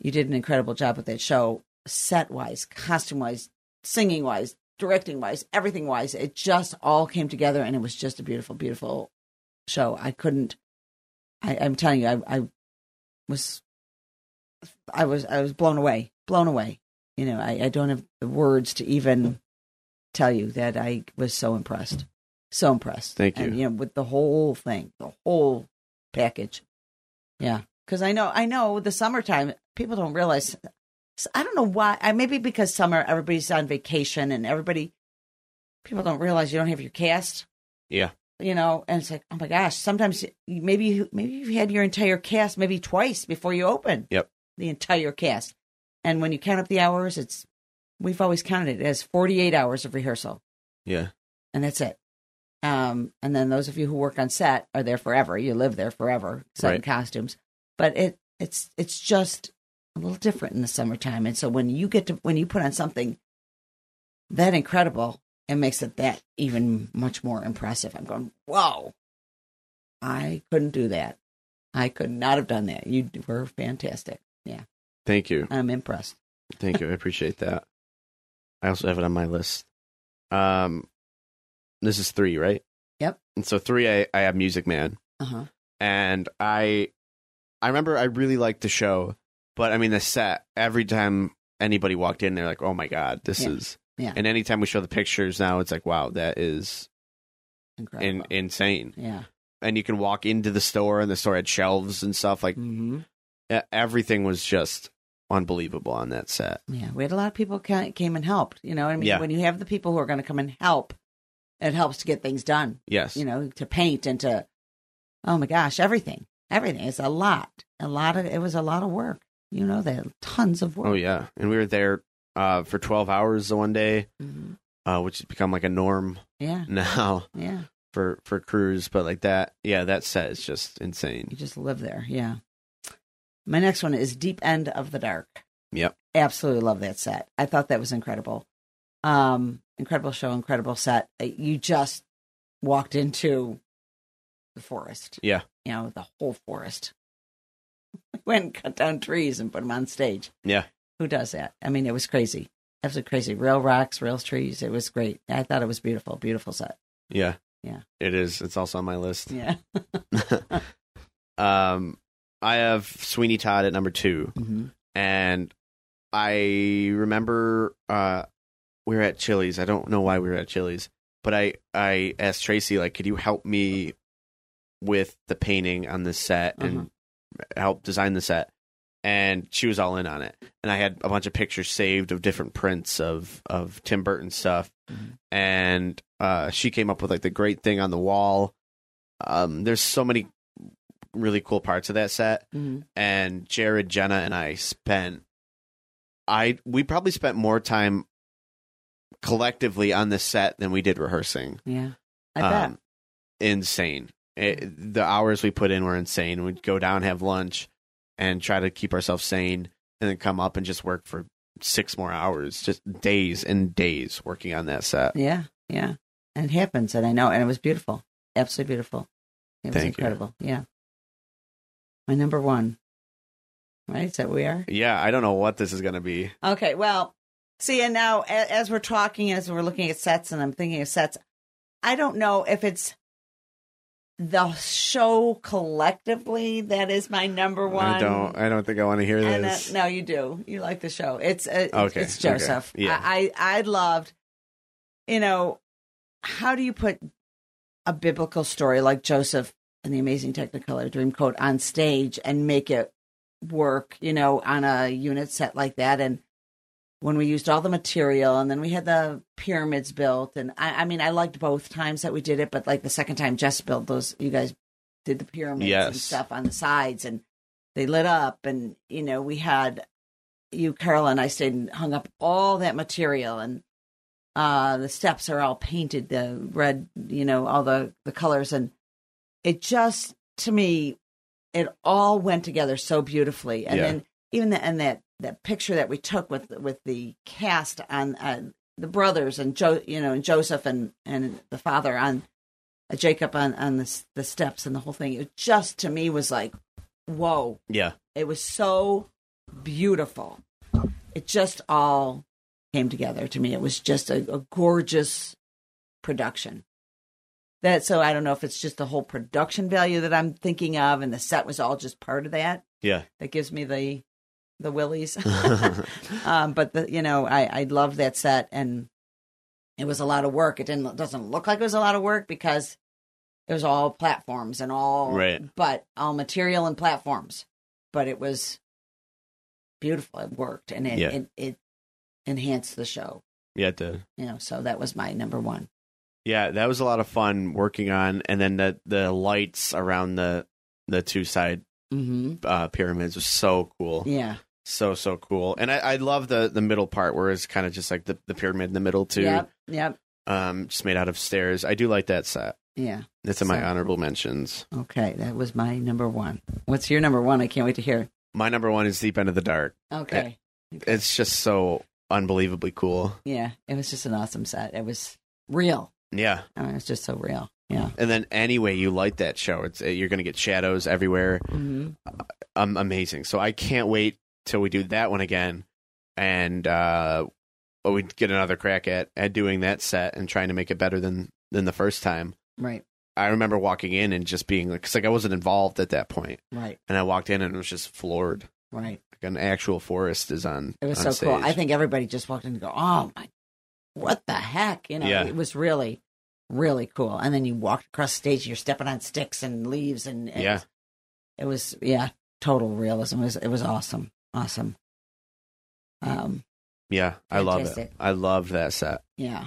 You did an incredible job with that show, set wise, costume wise, singing wise, directing wise, everything wise. It just all came together and it was just a beautiful, beautiful show. I couldn't I, I'm telling you, I, I was I was I was blown away. Blown away. You know, I, I don't have the words to even tell you that I was so impressed. So impressed. Thank you. And, you know, with the whole thing, the whole package. Yeah. Because I know I know the summertime people don't realize so I don't know why. I maybe because summer everybody's on vacation and everybody people don't realize you don't have your cast. Yeah. You know, and it's like, oh my gosh. Sometimes you- maybe you, maybe you've had your entire cast maybe twice before you open. Yep. The entire cast, and when you count up the hours, it's we've always counted it as forty eight hours of rehearsal Yeah, and that's it. Um, and then those of you who work on set are there forever. You live there forever, set in Right. costumes. But it it's it's just a little different in the summertime. And so when you get to when you put on something that incredible, it makes it that even much more impressive. I'm going, whoa! I couldn't do that. I could not have done that. You were fantastic. thank you. I'm impressed. Thank you. I appreciate that. I also have it on my list. Um, this is three, right? Yep. And so three, I, I have Music Man, Uh huh. and I, I remember I really liked the show, but I mean the set. Every time anybody walked in, they're like, "Oh my god, this Yeah. is." Yeah. And anytime we show the pictures now, it's like, "Wow, that is in, Incredible. insane." yeah. And you can walk into the store, and the store had shelves and stuff. Like Mm-hmm. e- everything was just unbelievable on that set. Yeah, we had a lot of people ca- came and helped. You know, what I mean, Yeah. when you have the people who are going to come and help, it helps to get things done. Yes. You know, to paint and to, oh my gosh, everything, everything. It's a lot, a lot of it was a lot of work. You know, that tons of work. Oh yeah, and we were there uh, for twelve hours the one day, Mhm. uh, which has become like a norm (laughs) yeah, now yeah. for for crews. But like that, yeah, that set is just You insane. just live there. Yeah. My next one is Deep End of the Dark. Yep. Absolutely love that set. I thought that was incredible. Um, incredible show, incredible set. Uh, You just walked into the forest. Yeah. You know, the whole forest. (laughs) Went and cut down trees and put them on stage. Yeah. Who does that? I mean, it was crazy. Absolutely crazy. Real rocks, real trees. It was great. I thought it was beautiful. Beautiful set. Yeah, Yeah. it is. It's also on my list. (laughs) (laughs) Yeah. um, I have Sweeney Todd at number two, hmm and I remember uh, we were at Chili's. I don't know why we were at Chili's, but I I asked Tracy like, could you help me with the painting on this set and Uh-huh. help design the set? And she was all in on it. And I had a bunch of pictures saved of different prints of of Tim Burton stuff, Mhm. and uh, she came up with like the great thing on the wall. Um, there's so many really cool parts of that set hmm and Jared, Jenna, and I spent I we probably spent more time collectively on this set than we did rehearsing. Yeah. I bet. Um, insane. It, the hours we put in were insane. We'd go down, have lunch, and try to keep ourselves sane, and then come up and just work for six more hours, just days and days working on that set. Yeah, yeah. And it happens, and I know, and it was beautiful, absolutely beautiful. It was Thank you. incredible. Yeah. My number one. Right, is that where we are? Yeah, I don't know what this is going to be. Okay, well, see, and now as, as we're talking, as we're looking at sets, and I'm thinking of sets, I don't know if it's the show collectively that is my number one. I don't. I don't think I want to hear And, uh, this. no, you do. You like the show. It's uh, it's- Okay, It's Joseph. okay, yeah. I, I I loved. You know, how do you put a biblical story like Joseph and the Amazing Technicolor Dreamcoat on stage and make it work? You know, on a unit set like that, and when we used all the material, and then we had the pyramids built, and I, I mean, I liked both times that we did it, but like the second time Jess built those, you guys did the pyramids and Yes. stuff on the sides, and they lit up and you know we had you carol and i stayed and hung up all that material and uh the steps are all painted the red you know all the the colors and it just to me it all went together so beautifully and Yeah. then even the, and that that picture that we took with with the cast on uh, the brothers and Joe, you know, and Joseph and and the father on uh, Jacob on on the s- the steps and the whole thing. It just to me was like, whoa! Yeah. It was so beautiful. It just all came together to me. It was just a, a gorgeous production. That so I don't know if it's just the whole production value that I'm thinking of, and the set was all just part of that. Yeah. That gives me the the (laughs) willies. (laughs) um, but the, you know, I I loved that set, and it was a lot of work. It didn't it doesn't look like it was a lot of work because it was all platforms and all, Right. but all material and platforms. But it was beautiful. It worked, and it Yeah. it, it enhanced the show. yeah. It did. You know, so that was my number one. Yeah, that was a lot of fun working on, and then the the lights around the the two side Mm-hmm. uh, pyramids was so cool, Yeah. so so cool. And I, I love the the middle part where it's kind of just like the, the pyramid in the middle too, Yep. Yep. um, just made out of stairs. I do like that set. Yeah. It's in my So- honorable mentions. Okay. That was my number one. What's your number one? I can't wait to hear. My number one is Deep End of the Dark. Okay. It's just so unbelievably cool. Yeah. It was just an awesome set. It was real. Yeah, I mean, it's just so real. Yeah. and then anyway, you light that show. It's you're gonna get shadows everywhere. Mm-hmm. um, amazing. So I can't wait till we do that one again, and uh, we get another crack at at doing that set and trying to make it better than than the first time. Right. I remember walking in and just being like, cause like I wasn't involved at that point, Right. and I walked in and it was just floored. Right. Like an actual forest is on. It was on so cool. stage. I think everybody just walked in and go, "Oh my, what the heck?" You know, Yeah. it was really, really cool. And then you walked across the stage. You're stepping on sticks and leaves, and it Yeah. was- it was yeah, total realism. It was it was awesome, awesome. Um, yeah, I love it. Fantastic. I loved that set. yeah.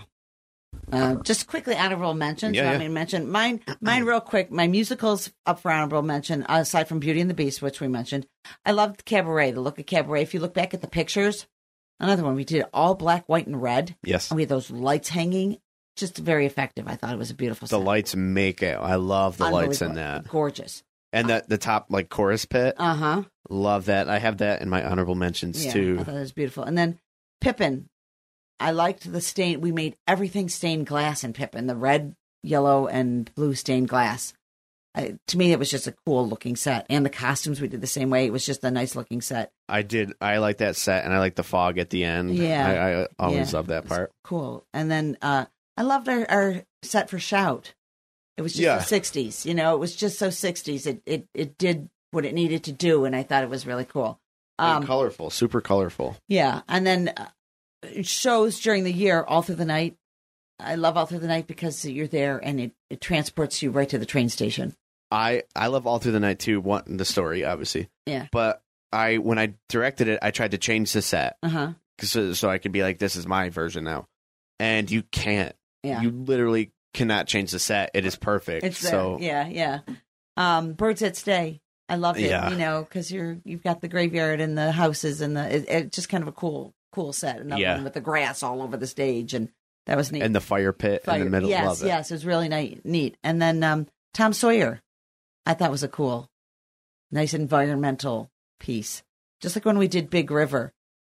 Uh, just quickly, honorable mentions. Yeah, Yeah, I yeah. mean, mention mine. Mine, real quick. My musicals up for honorable mention. Aside from Beauty and the Beast, which we mentioned, I loved Cabaret. The look of Cabaret. If you look back at the pictures, another one we did all black, white, and red. Yes, And we had those lights hanging, just very effective. I thought it was a beautiful. the set. lights make it. I love the lights in Unbelievable. that, gorgeous. and the the top like chorus pit. Uh huh. Love that. I have that in my honorable mentions Yeah, I too. thought it was beautiful. And then Pippin, I liked the stain. We made everything stained glass in Pippin, the red, yellow, and blue stained glass. I, to me, it was just a cool looking set, and the costumes we did the same way. It was just a nice looking set. I did. I like that set, and I like the fog at the end. Yeah. I, I always Yeah. love that part. Cool. And then uh, I loved our, our set for Shout. It was just Yeah. the 60s, you know, it was just so 60s. It, it, it did what it needed to do, and I thought it was really cool. Um, And colorful, super colorful. Yeah, and then uh, it shows during the year, all through the night. I love all through the night because you're there and it, it transports you right to the train station. I I love all through the night too. One the story, obviously. Yeah. But I when I directed it, I tried to change the set Uh huh. 'cause so, so I could be like, this is my version now, and you can't. Yeah. You literally cannot change the set. It is perfect. It's there. so yeah, yeah. Um, birds that stay. I loved it. Yeah. You know, because you're you've got the graveyard and the houses and the it, it's just kind of a cool cool set. Another Yeah. one with the grass all over the stage and that was neat. and the fire pit in Fire- the middle. Yes, love it. yes, it was really ni- neat. And then um, Tom Sawyer, I thought was a cool, nice environmental piece. Just like when we did Big River,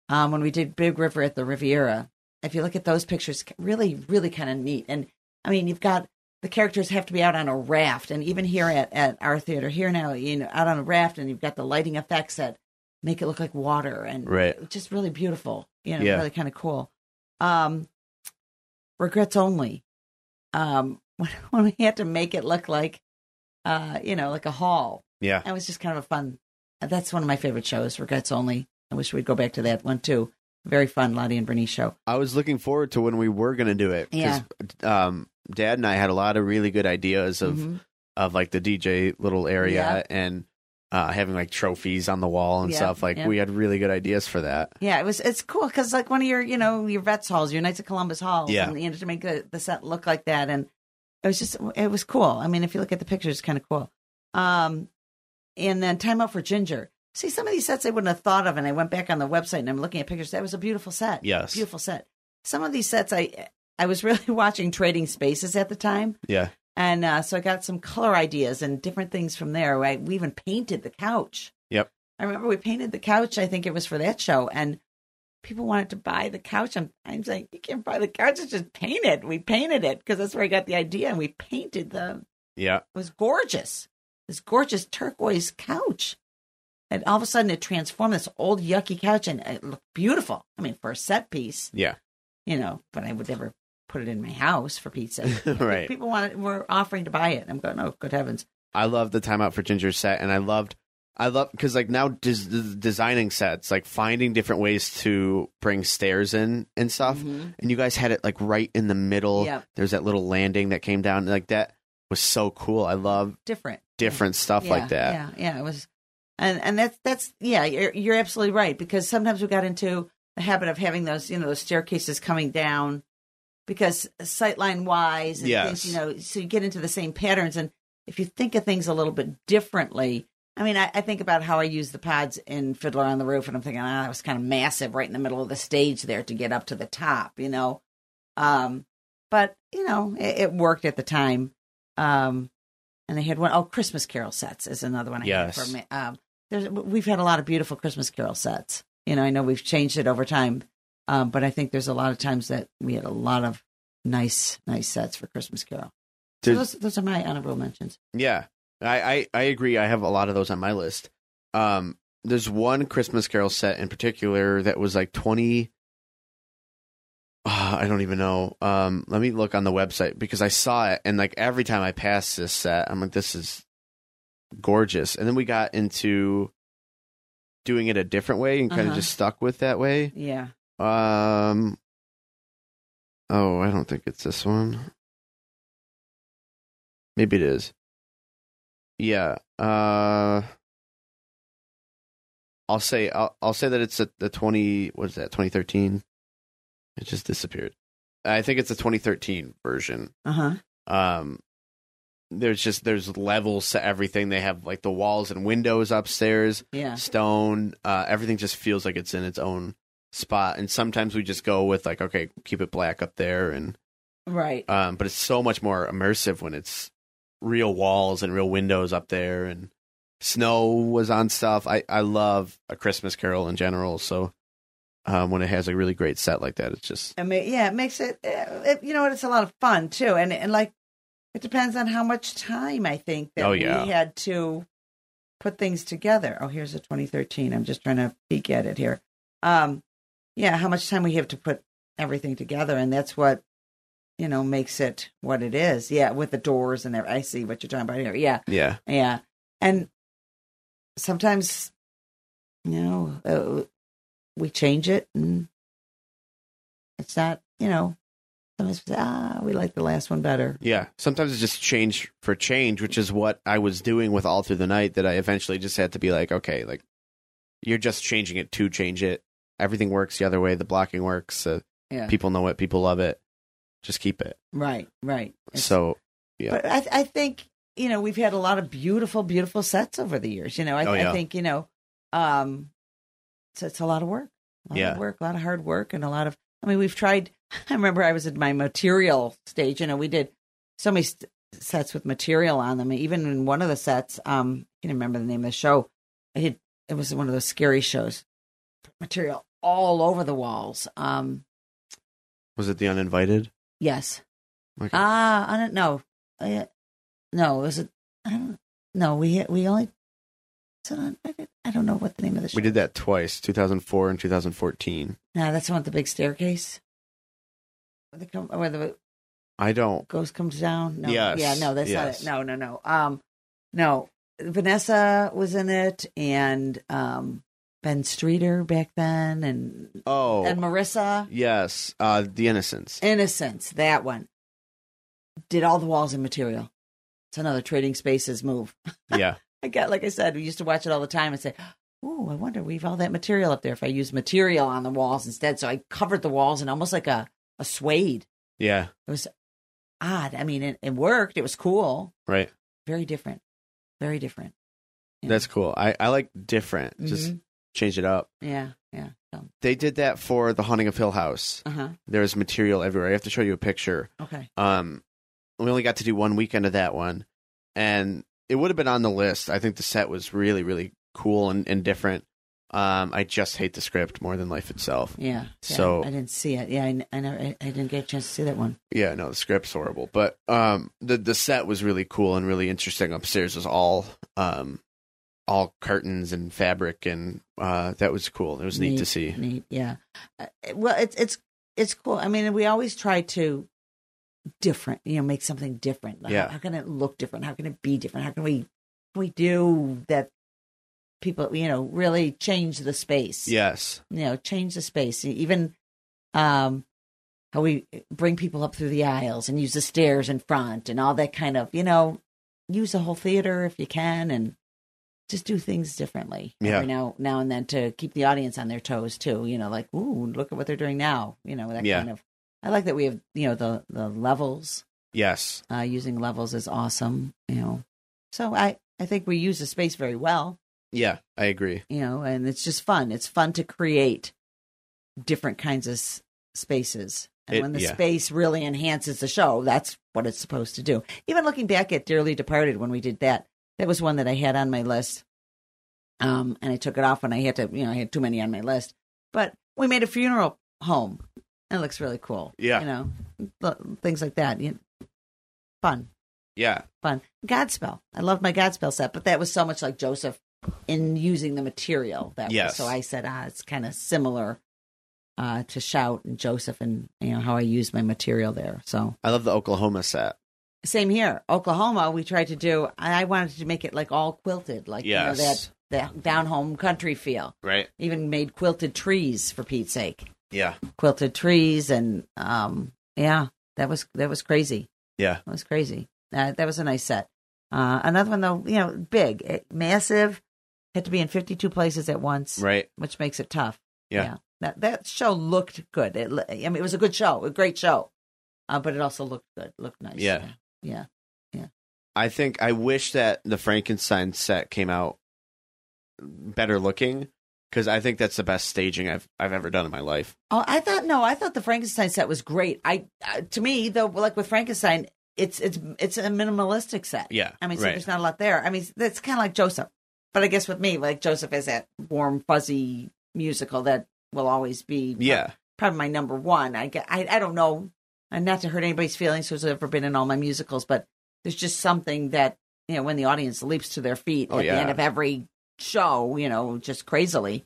um, when we did Big River at the Riviera. If you look at those pictures, really, really kind of neat. And I mean, you've got the characters have to be out on a raft, and even here at, at our theater here now, you know, out on a raft, and you've got the lighting effects that make it look like water, and Right. just really beautiful. You know, Yeah. really kind of cool. Um, regrets only. Um, (laughs) when, when we had to make it look like, uh, you know, like a hall, Yeah. that was just kind of a fun. uh, That's one of my favorite shows, Regrets Only. I wish we'd go back to that one too. Very fun, Lottie and Bernice show. I was looking forward to when we were going to do it. 'cause, Um, Dad and I had a lot of really good ideas of, Mhm. of like the DJ little area Yeah. and uh, having like trophies on the wall and Yeah, stuff. Like yeah. we had really good ideas for that. Yeah, it was. It's cool because like one of your, you know, your vets halls, your Knights of Columbus halls, Yeah. and you know, to make the, the set look like that, and it was just, it was cool. I mean, if you look at the pictures, it's kind of cool. Um, and then time out for Ginger. See, some of these sets I wouldn't have thought of, and I went back on the website and I'm looking at pictures. That was a beautiful set. Yes. beautiful set. Some of these sets, I I was really (laughs) watching Trading Spaces at the time, Yeah. And uh, so I got some color ideas and different things from there. Right? We even painted the couch. Yep. I remember we painted the couch. I think it was for that show, and people wanted to buy the couch. I'm, I'm saying you can't buy the couch. It's just painted. We painted it because that's where I got the idea, and we painted the. Yeah. (laughs) It was gorgeous. This gorgeous turquoise couch, and all of a sudden it transformed this old yucky couch, and it looked beautiful. I mean, for a set piece, Yeah. you know, but I would never put it in my house for pizza. (laughs) right. People wanted were offering to buy it. I'm going, oh, good heavens. I love the time out for Ginger set, and I loved, I love because like now des- des- designing sets, like finding different ways to bring stairs in and stuff. Mm-hmm. And you guys had it like right in the middle. Yep. There's that little landing that came down, like that was so cool. I love Different different stuff like that. Yeah, yeah, it was, and and that's that's yeah, you're you're absolutely right because sometimes we got into the habit of having those you know those staircases coming down because sightline wise, and Yes. things, you know, so you get into the same patterns, and if you think of things a little bit differently. I mean, I, I think about how I use the pods in Fiddler on the Roof, and I'm thinking, ah, that was kind of massive right in the middle of the stage there to get up to the top, you know. Um, but you know, it, it worked at the time. Um, and they had one oh Christmas Carol sets is another one. I had Yes. for, ma- um, there's we've had a lot of beautiful Christmas Carol sets. You know, I know we've changed it over time, um, but I think there's a lot of times that we had a lot of nice, nice sets for Christmas Carol. So Did- those, those are my honorable mentions. Yeah, I, I I agree. I have a lot of those on my list. Um, there's one Christmas Carol set in particular that was like twenty. Ah, I don't even know. Um, let me look on the website because I saw it, and like every time I pass this set, I'm like, this is gorgeous. And then we got into doing it a different way and kind Uh-huh. of just stuck with that way. Yeah, Um. Oh, I don't think it's this one. Maybe it is. Yeah. Uh. I'll say I'll, I'll say that it's a, the twenty. What is that? Twenty thirteen. It just disappeared. I think it's a twenty thirteen version. uh huh. Um. There's just there's levels to everything. They have like the walls and windows upstairs Yeah, stone uh, everything just feels like it's in its own spot and sometimes we just go with like okay keep it black up there and right. um, but it's so much more immersive when it's real walls and real windows up there and snow was on stuff i, I love a christmas carol in general so um, when it has a really great set like that it's just I mean, yeah, it makes it, uh, it. You know what? It's a lot of fun too, and and like it depends on how much time I think that Oh, yeah. we had to put things together. Oh, here's a 2013. I'm just trying to peek at it here. Um, yeah, how much time we have to put everything together, and that's what you know makes it what it is. Yeah, with the doors and everything. I see what you're talking about here. Yeah, yeah yeah, and sometimes you know uh, we change it, and it's not you know sometimes we say, ah we like the last one better. yeah sometimes it's just change for change which is what i was doing with all through the night that i eventually just had to be like okay like you're just changing it to change it everything works the other way the blocking works uh, Yeah, people know it people love it just keep it right, right. It's- so yeah. but I, I think you know we've had a lot of beautiful, beautiful sets over the years. You know, I, Oh, yeah. I think you know, um, so it's a lot of work, a lot Yeah. of work, a lot of hard work, and a lot of. I mean, we've tried. (laughs) I remember I was at my material stage. You know, we did so many st- sets with material on them. Even in one of the sets, um, I can't remember the name of the show. I did. It was one of those scary shows. Material all over the walls. Um, Was it the uninvited? yes. Okay. Ah, I don't know. Uh, no, is it? I don't. No, we we only. is it on- I don't- I don't know what the name of the show. we did that twice, 2004 and 2014. No, that's the one with the big staircase. Where the, com- where the I don't. ghost comes down. No, Yes, yeah, no, that's yes. not it. No, no, no. Um, no, Vanessa was in it, and um, Ben Streeter back then, and Oh, and Marissa yes. Uh, the (laughs) Innocents. Innocence. That one did all the walls and material. It's another Trading Spaces move. yeah. I got like I said, we used to watch it all the time and say, "Ooh, I wonder we have all that material up there. If I use material on the walls instead, so I covered the walls in almost like a a suede. Yeah. Odd. I mean, it, it worked. It was cool. Right. Very different. Very different. Yeah. That's cool. I, I like different. Just Mhm. change it up. yeah, yeah. So, They did that for The Haunting of Hill House. uh huh. There was material everywhere. I have to show you a picture. Okay. Um, we only got to do one weekend of that one, and it would have been on the list. I think the set was really, really cool and, and different. Um, I just hate the script more than life itself. Yeah. yeah. So- I didn't see it. Yeah, I, I never. I, I didn't get a chance to see that one. Yeah, no, the script's horrible, but um, the the set was really cool and really interesting. Upstairs was all um, all curtains and fabric, and uh, that was cool. It was neat to see. Neat. Yeah. Uh, well, it's it's it's cool. I mean, we always try to different. You know, make something different. Like, Yeah. How, how can it look different? How can it be different? How can we we do that? People, you know, really change the space. Yes, you know, change the space. E, Even um, how we bring people up through the aisles and use the stairs in front and all that kind of, you know, use the whole theater if you can and just do things differently Yeah. every now now and then to keep the audience on their toes too. You know, like ooh, look at what they're doing now. You know, that Yeah. kind of. I like that we have you know the the levels. yes, Uh, using levels is awesome. You know, so I I think we use the space very well yeah, I agree. you know, and it's just fun. It's fun to create different kinds of s- spaces. And It- when the yeah. space really enhances the show, that's what it's supposed to do. Even looking back at Dearly Departed when we did that, that was one that I had on my list. Um, and I took it off when I had to, you know, I had too many on my list. But we made a funeral home. and It looks really cool. Yeah. You know, th- things like that. You- Fun Yeah, fun. Godspell. I love my Godspell set, but that was so much like Joseph in using the material. That Yes. was, so I said, ah, it's kind of similar uh, to Shout and Joseph, and you know how I used my material there. So I love the Oklahoma set. same here, Oklahoma. We tried to do. I I wanted to make it like all quilted, like you know Yes. that that down home country feel. Right. Even made quilted trees for Pete's sake, Yeah. quilted trees, and um, yeah, that was that was crazy. Yeah. That was crazy. Uh, that was a nice set. Uh, another one, though, you know, big, eh, massive, had to be in 52 places at once, Right. which makes it tough. Yeah. That, that show looked good. It, lo- I mean, it was a good show, a great show, uh, but it also looked good, looked nice. Yeah. Yeah. I think I wish that the Frankenstein set came out better looking because I think that's the best staging I've I've ever done in my life. Oh, I thought no. I thought the Frankenstein set was great. I, uh, to me though, like with Frankenstein, it's it's it's a minimalistic set. Yeah, I mean, so right. there's not a lot there. I mean, that's kind of like Joseph, but I guess with me, like Joseph is that warm, fuzzy musical that will always be Yeah. probably my number one. I get, I, I don't know, and not to hurt anybody's feelings who's ever been in all my musicals, but there's just something that you know when the audience leaps to their feet Oh, at yeah. the end of every show, you know, just crazily,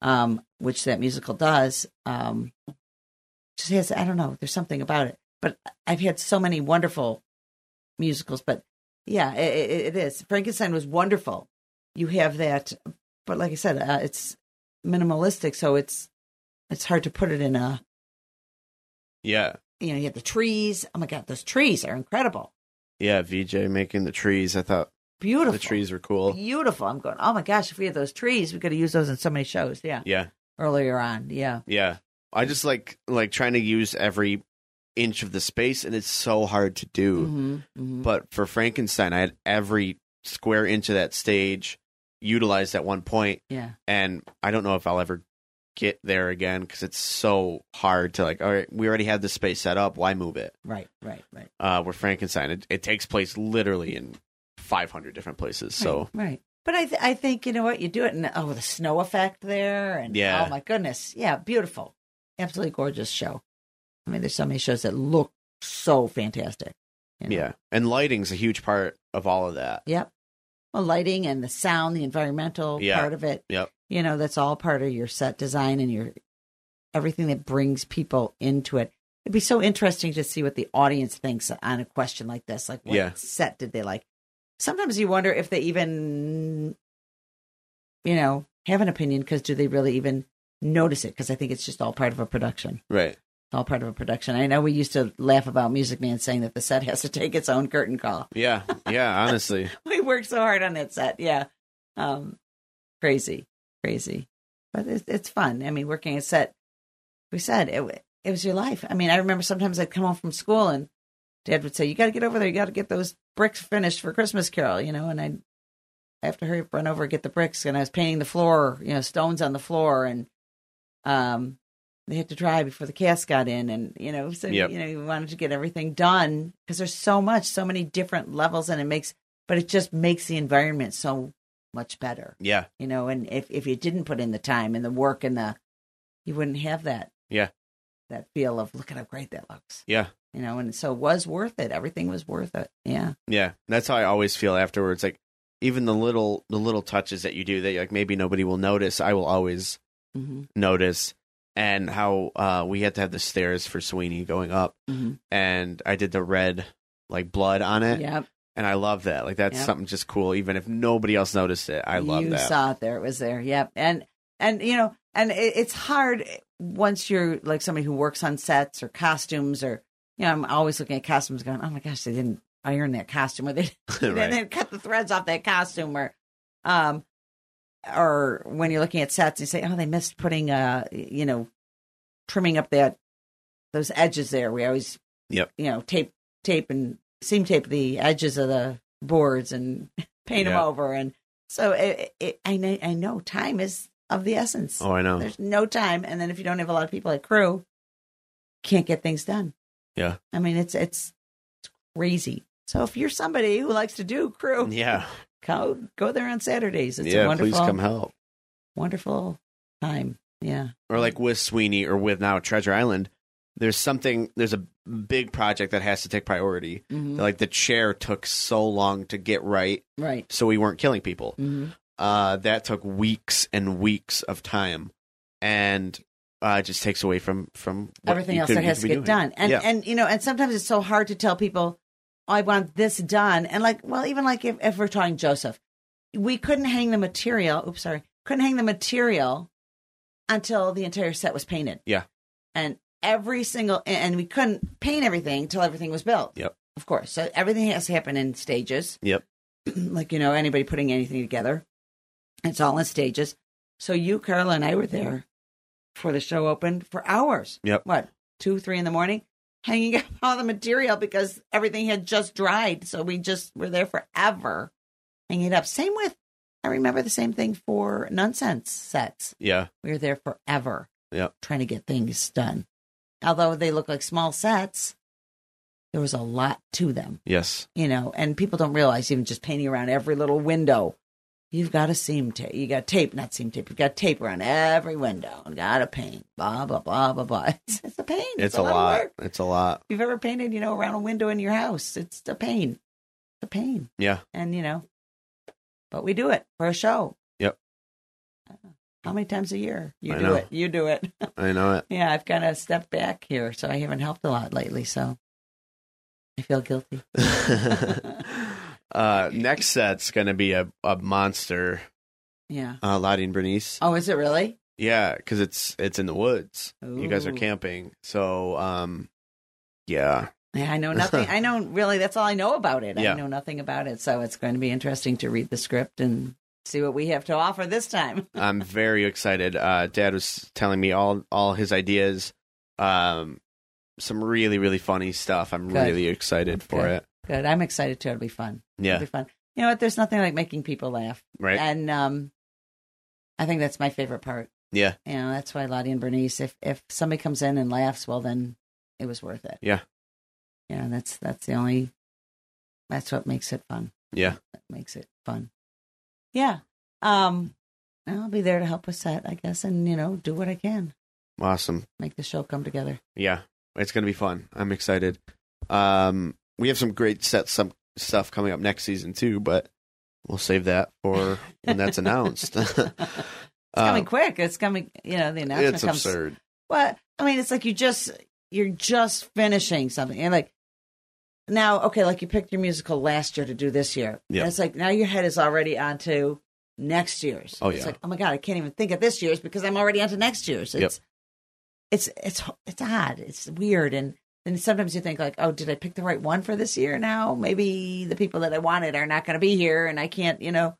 um, which that musical does. Um, just has, I don't know, there's something about it. But I've had so many wonderful musicals, but yeah, it, it, it is. Frankenstein was wonderful. You have that, but like I said, uh, it's minimalistic, so it's it's hard to put it in a Yeah. you know you have the trees oh my god those trees are incredible Yeah, VJ making the trees. I thought beautiful the trees were cool. beautiful i'm going oh my gosh if we had those trees we could have used those in so many shows yeah Yeah. earlier on yeah Yeah. I just like like trying to use every inch of the space and it's so hard to do. mm-hmm. Mm-hmm. But for Frankenstein, I had every square inch of that stage utilized at one point yeah and I don't know if I'll ever get there again because it's so hard to like. All right, we already have the space set up. Why move it? right right right Uh, we're Frankenstein. It, it takes place literally in 500 different places. So right, right. But I, th- I think you know what you do it, and oh, the snow effect there, and Yeah. oh my goodness, yeah, beautiful, absolutely gorgeous show. I mean, there's so many shows that look so fantastic. you know? Yeah. And lighting's a huge part of all of that. Yep. Well, lighting and the sound, the environmental Yeah. part of it. Yep. You know, that's all part of your set design and your everything that brings people into it. It'd be so interesting to see what the audience thinks on a question like this. Like, what Yeah. set did they like? Sometimes you wonder if they even, you know, have an opinion because do they really even notice it? Because I think it's just all part of a production. Right. It's all part of a production. I know we used to laugh about Music Man saying that the set has to (laughs) take its own curtain call Yeah. Yeah. Honestly. (laughs) we worked so hard on that set. Yeah. Um, crazy, crazy. But it's, it's fun. I mean, working a set, we said it, wa- it was your life. I mean, I remember sometimes I'd come home from school and dad would say, you got to get over there. You got to get those bricks finished for Christmas Carol, you know, and I'd I have to hurry up, run over, get the bricks. And I was painting the floor, you know, stones on the floor and, um, they had to dry before the cast got in and you know so Yep. you know you wanted to get everything done because there's so much so many different levels and it makes but it just makes the environment so much better Yeah. you know and if, if you didn't put in the time and the work and the you wouldn't have that Yeah. that feel of look at how great that looks Yeah. you know and so it was worth it everything was worth it yeah Yeah. That's how I always feel afterwards. Like even the little the little touches that you do that like maybe nobody will notice, I will always mm-hmm. notice. And how uh we had to have the stairs for Sweeney going up Mhm. and I did the red like blood on it. yep And I love that. Like that's Yep. something just cool, even if nobody else noticed it. I love you that. saw it there it was there yep and and you know and it, it's hard once you're like somebody who works on sets or costumes or you know i'm always looking at costumes going oh my gosh they didn't iron that costume or (laughs) they (laughs) Right. and then cut the threads off that costume or um or when you're looking at sets you say oh they missed putting uh you know trimming up that those edges there we always Yep. you know tape tape and seam tape the edges of the boards and (laughs) paint them Yeah. over and so it, it, I know I know time is of the essence Oh I know. there's no time and then if you don't have a lot of people at crew can't get things done Yeah. i mean it's it's it's crazy so if you're somebody who likes to do crew Yeah. go go there on saturdays it's a yeah, please wonderful come help. wonderful time yeah Or like with Sweeney or with now Treasure Island, there's something there's a big project that has to take priority. Mhm. Like the chair took so long to get right right so we weren't killing people. hmm Uh that took weeks and weeks of time. And uh it just takes away from from what everything you else could- that you has could to be get doing. done and Yeah. and you know and sometimes it's so hard to tell people oh, i want this done and like well even like if, if we're talking joseph we couldn't hang the material oops sorry couldn't hang the material until the entire set was painted Yeah. and every single and we couldn't paint everything until everything was built Yep. of course so everything has to happen in stages Yep. like you know anybody putting anything together it's all in stages so you carla and i were there before the show opened for hours Yep. what two three in the morning (laughs) hanging up all the material because everything had just dried so we just were there forever hanging it up same with i remember the same thing for nonsense sets Yeah. we were there forever Yep. trying to get things done although they look like small sets there was a lot to them Yes. you know, and people don't realize even just painting around every little window, you've got a seam tape, you got tape, not seam tape, you've got tape around every window, and got to paint, blah blah blah blah (laughs) blah. It's, it's a pain. It's, a, lot. Of work. It's a lot. If you've ever painted, you know, around a window in your house, it's a pain, it's a pain, Yeah. and you know, but we do it for a show. Uh, Yep. How many times a year you I do know. it? You do it. (laughs) I know it. yeah, I've kind of stepped back here, so I haven't helped a lot lately. So I feel guilty. (laughs) uh, next set's gonna be a, a monster, Yeah. uh, Lottie and Bernice. Oh, is it really? Yeah, because it's it's in the woods. You guys are Ooh. camping, so um, yeah, Yeah, I (laughs) know nothing. I know really. That's all I know about it. Yeah. I know nothing about it, so it's going to be interesting to read the script and see what we have to offer this time. (laughs) I'm very excited. Uh, Dad was telling me all all his ideas, um, some really really funny stuff. I'm Good. really excited for Good. it. Good. I'm excited too. It'll be fun. Yeah, It'll be fun. You know what? There's nothing like making people laugh, right. and um, I think that's my favorite part. Yeah. You know, that's why Lottie and Bernice. If if somebody comes in and laughs, well, then it was worth it. Yeah. You know, that's that's the only. That's what makes it fun. Yeah. That makes it fun. yeah. Um, I'll be there to help with set, I guess, and you know, do what I can, Awesome. make the show come together. Yeah, it's going to be fun. I'm excited. Um, we have some great set some stuff coming up next season too, but we'll save that for when (laughs) that's announced. (laughs) it's coming Um, quick. It's coming. You know, the announcement it's comes. absurd. Well, I mean, it's like you just you're just finishing something, and like now, okay, like you picked your musical last year to do this year. Yeah. And it's like now your head is already onto next year's. Oh, It's yeah. like oh my god, I can't even think of this year's because I'm already onto next year's. Yep. It's it's it's it's odd. It's weird and. And sometimes you think like, oh, did I pick the right one for this year? Now maybe the people that I wanted are not going to be here, and I can't, you know,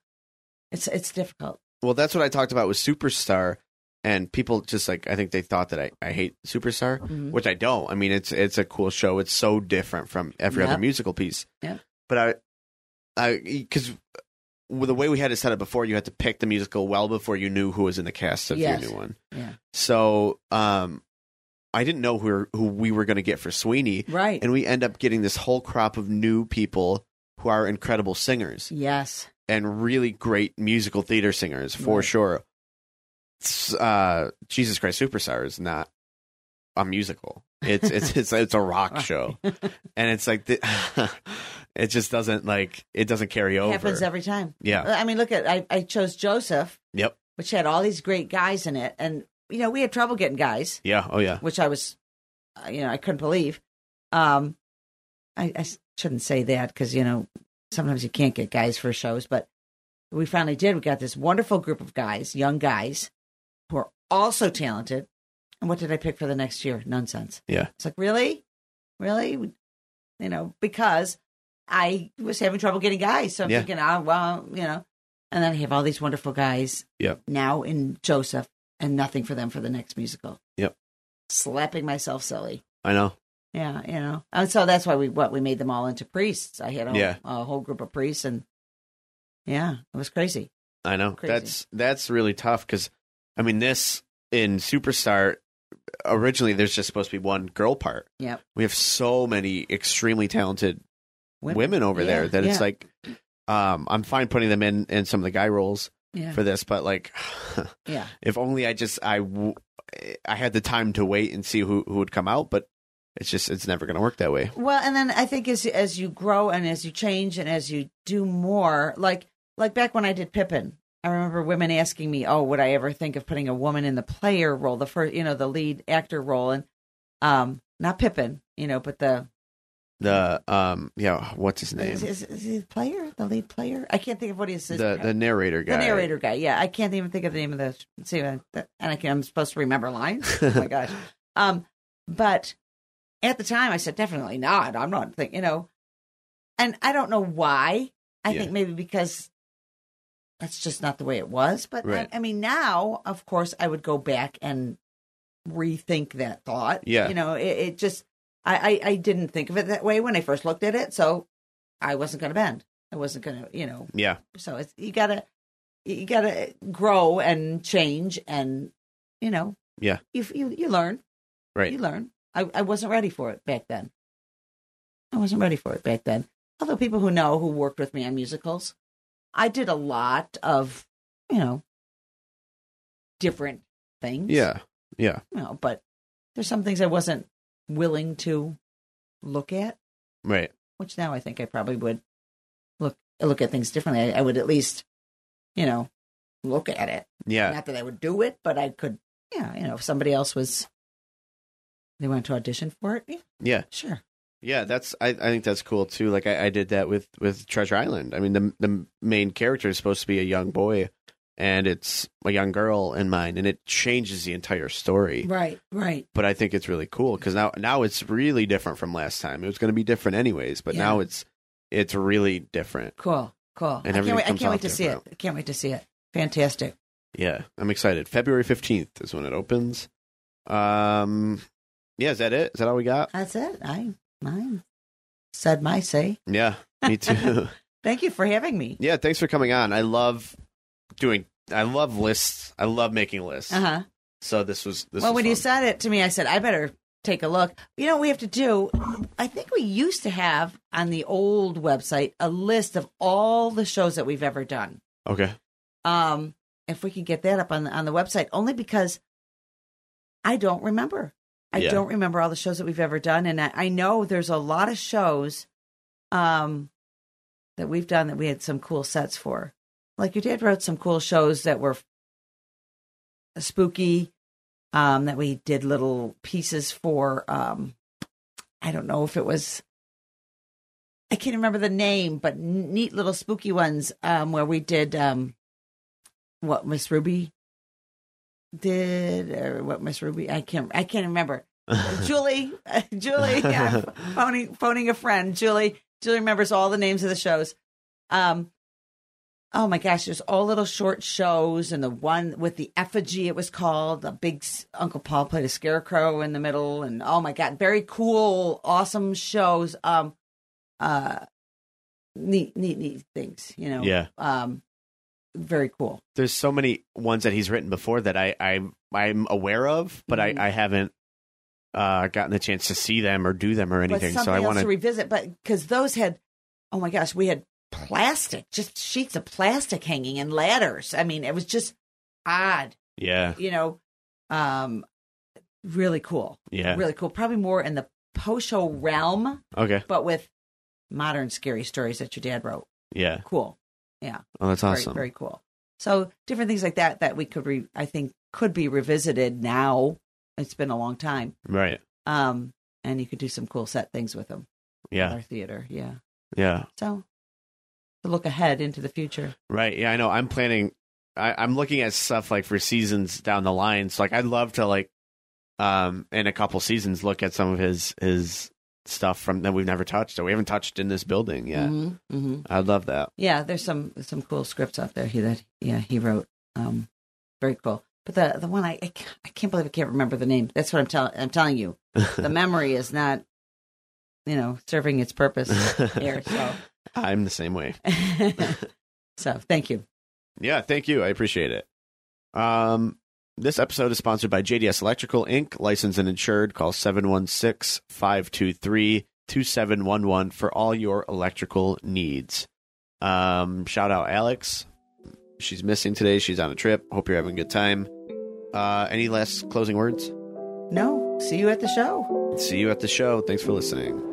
it's it's difficult. Well, that's what I talked about with Superstar, and people just like I think they thought that I, I hate Superstar, Mhm. which I don't. I mean, it's it's a cool show. It's so different from every Yep. other musical piece. Yep. But I, I because the way we had it set up before, you had to pick the musical well before you knew who was in the cast of Yes. your new one. Yeah. So, um, I didn't know who we were, who we were going to get for Sweeney, Right? and we end up getting this whole crop of new people who are incredible singers yes. and really great musical theater singers for Right. sure. S- Uh, Jesus Christ Superstar is not a musical. It's it's it's it's a (laughs) rock show, and it's like the, (laughs) it just doesn't like it doesn't carry over. happens every time. yeah, I mean, look at I, I chose Joseph, yep, which had all these great guys in it, and you know we had trouble getting guys, yeah, oh yeah, which I was, uh, you know, I couldn't believe. Um, I, I shouldn't say that because you know sometimes you can't get guys for shows, but we finally did. We got this wonderful group of guys, young guys, who are also talented. And what did I pick for the next year? Nonsense. Yeah. it's like really, really, you know, because I was having trouble getting guys, so I'm Yeah. thinking, oh well, you know, and then I have all these wonderful guys. Yep. Now in Joseph, and nothing for them for the next musical. Yep. Slapping myself silly. I know. Yeah, you know, and so that's why we what we made them all into priests. I had a, whole- Yeah. a whole group of priests, and yeah, it was crazy. I know Crazy. that's that's really tough because I mean this in Superstar originally there's just supposed to be one girl part. Yep. we have so many extremely talented women, over there Yeah, that yeah, it's like um, I'm fine putting them in in some of the guy roles yeah, for this, but like (sighs) yeah, if only I just I w- I had the time to wait and see who who would come out, but it's just it's never going to work that way. Well, and then I think as as you grow and as you change and as you do more, like like back when I did Pippin, I remember women asking me, "Oh, would I ever think of putting a woman in the player role, the first, you know, the lead actor role?" And um, not Pippin, you know, but the The um yeah, what's his name? is, is, is he the player, the lead player? I can't think of what he is. The the narrator guy. The narrator guy. Yeah, I can't even think of the name of the. See, uh, that- and I can, I'm supposed to remember lines. Oh my gosh. Um, but at the time, I said definitely not. I'm not think you know, and I don't know why. I Yeah. think maybe because that's just not the way it was. But Right. I, I mean, now of course I would go back and rethink that thought. Yeah. you know, it, it just I, I I didn't think of it that way when I first looked at it, so I wasn't going to bend. I wasn't going to you know (laughs) Yeah, so it's you gotta you gotta grow and change and you know Yeah. you you, you learn right. you learn I, I wasn't ready for it back then i wasn't ready for it back then although people who know who worked with me on musicals i did a lot of you know different things Yeah, yeah. you know, but there's some things i wasn't willing to look at Right. which now I think I probably would look look at things differently. I, I would at least, you know, look at it. Yeah. Not that I would do it, but I could. Yeah, you know, if somebody else was, they wanted to audition for it. Yeah, Yeah. sure. Yeah, that's I, I think that's cool too. Like I, I did that with with Treasure Island. I mean, the the main character is supposed to be a young boy, and it's a young girl in mine, and it changes the entire story. Right, right. But I think it's really cool because now now it's really different from last time. It was going to be different anyways, but Yeah. now it's it's really different. Cool, cool. I can't everything wait. I comes can't wait off to see it. different. I can't wait to see it. Fantastic. Yeah, I'm excited. February fifteenth is when it opens. Um, yeah, is that it? Is that all we got? That's it. I, I said my say. Yeah, (laughs) me too. Thank you for having me. Yeah, thanks for coming on. I love doing. I love lists. I love making lists. Uh huh. So this was this. well, was when you fun. said it to me, I said, I better take a look. You know what we have to do? I think we used to have on the old website a list of all the shows that we've ever done. Okay. um, if we could get that up on the, on the website, only because I don't remember. I Yeah. don't remember all the shows that we've ever done, and I, I know there's a lot of shows um, that we've done that we had some cool sets for. Like your dad wrote some cool shows that were spooky, um, that we did little pieces for. Um, I don't know if it was. I can't remember the name, but neat little spooky ones um, where we did um, what Miss Ruby did or what Miss Ruby I can't I can't remember. Julie, (laughs) Julie, yeah, I'm phoning phoning a friend. Julie, Julie remembers all the names of the shows. Um, oh my gosh, there's all little short shows, and the one with the effigy it was called. The big s- Uncle Paul played a scarecrow in the middle, and oh my god, very cool, awesome shows. Um, uh, neat, neat, neat things. You know, Yeah. Um, very cool. There's so many ones that he's written before that I, I I'm aware of, but Mhm. I, I haven't uh, gotten the chance to see them or do them or anything. But So I something want else to to. revisit, but because those had, oh my gosh, we had plastic, just sheets of plastic hanging and ladders. I mean, it was just odd, Yeah. you know. Um, really cool, Yeah. really cool. Probably more in the post-show realm, Okay. but with modern scary stories that your dad wrote. Yeah. Cool, Oh, that's awesome. very, very cool. So different things like that that we could, re- I think, could be revisited now. It's been a long time, Right. um, and you could do some cool set things with them. Yeah. Our theater, yeah. Yeah. So, to look ahead into the future. Right. Yeah. I know. I'm planning. I, I'm looking at stuff like for seasons down the line. So like, I'd love to like, um, in a couple seasons, look at some of his his stuff from that we've never touched or we haven't touched in this building. Yeah. Mm-hmm. hmm I'd love that. Yeah, there's some some cool scripts out there he, that yeah he wrote. Um, very cool. But the the one I I can't, I can't believe I can't remember the name. That's what I'm telling I'm telling you. The (laughs) memory is not, you know, serving its purpose (laughs) here. So, (laughs) I'm the same way. so thank you. Yeah, thank you. I appreciate it. Um, this episode is sponsored by JDS Electrical Inc., licensed and insured. Call 716 523 2711 for all your electrical needs. Um, shout out Alex. She's missing today. She's on a trip. Hope you're having a good time. Uh, any last closing words? No, see you at the show. See you at the show. Thanks for listening.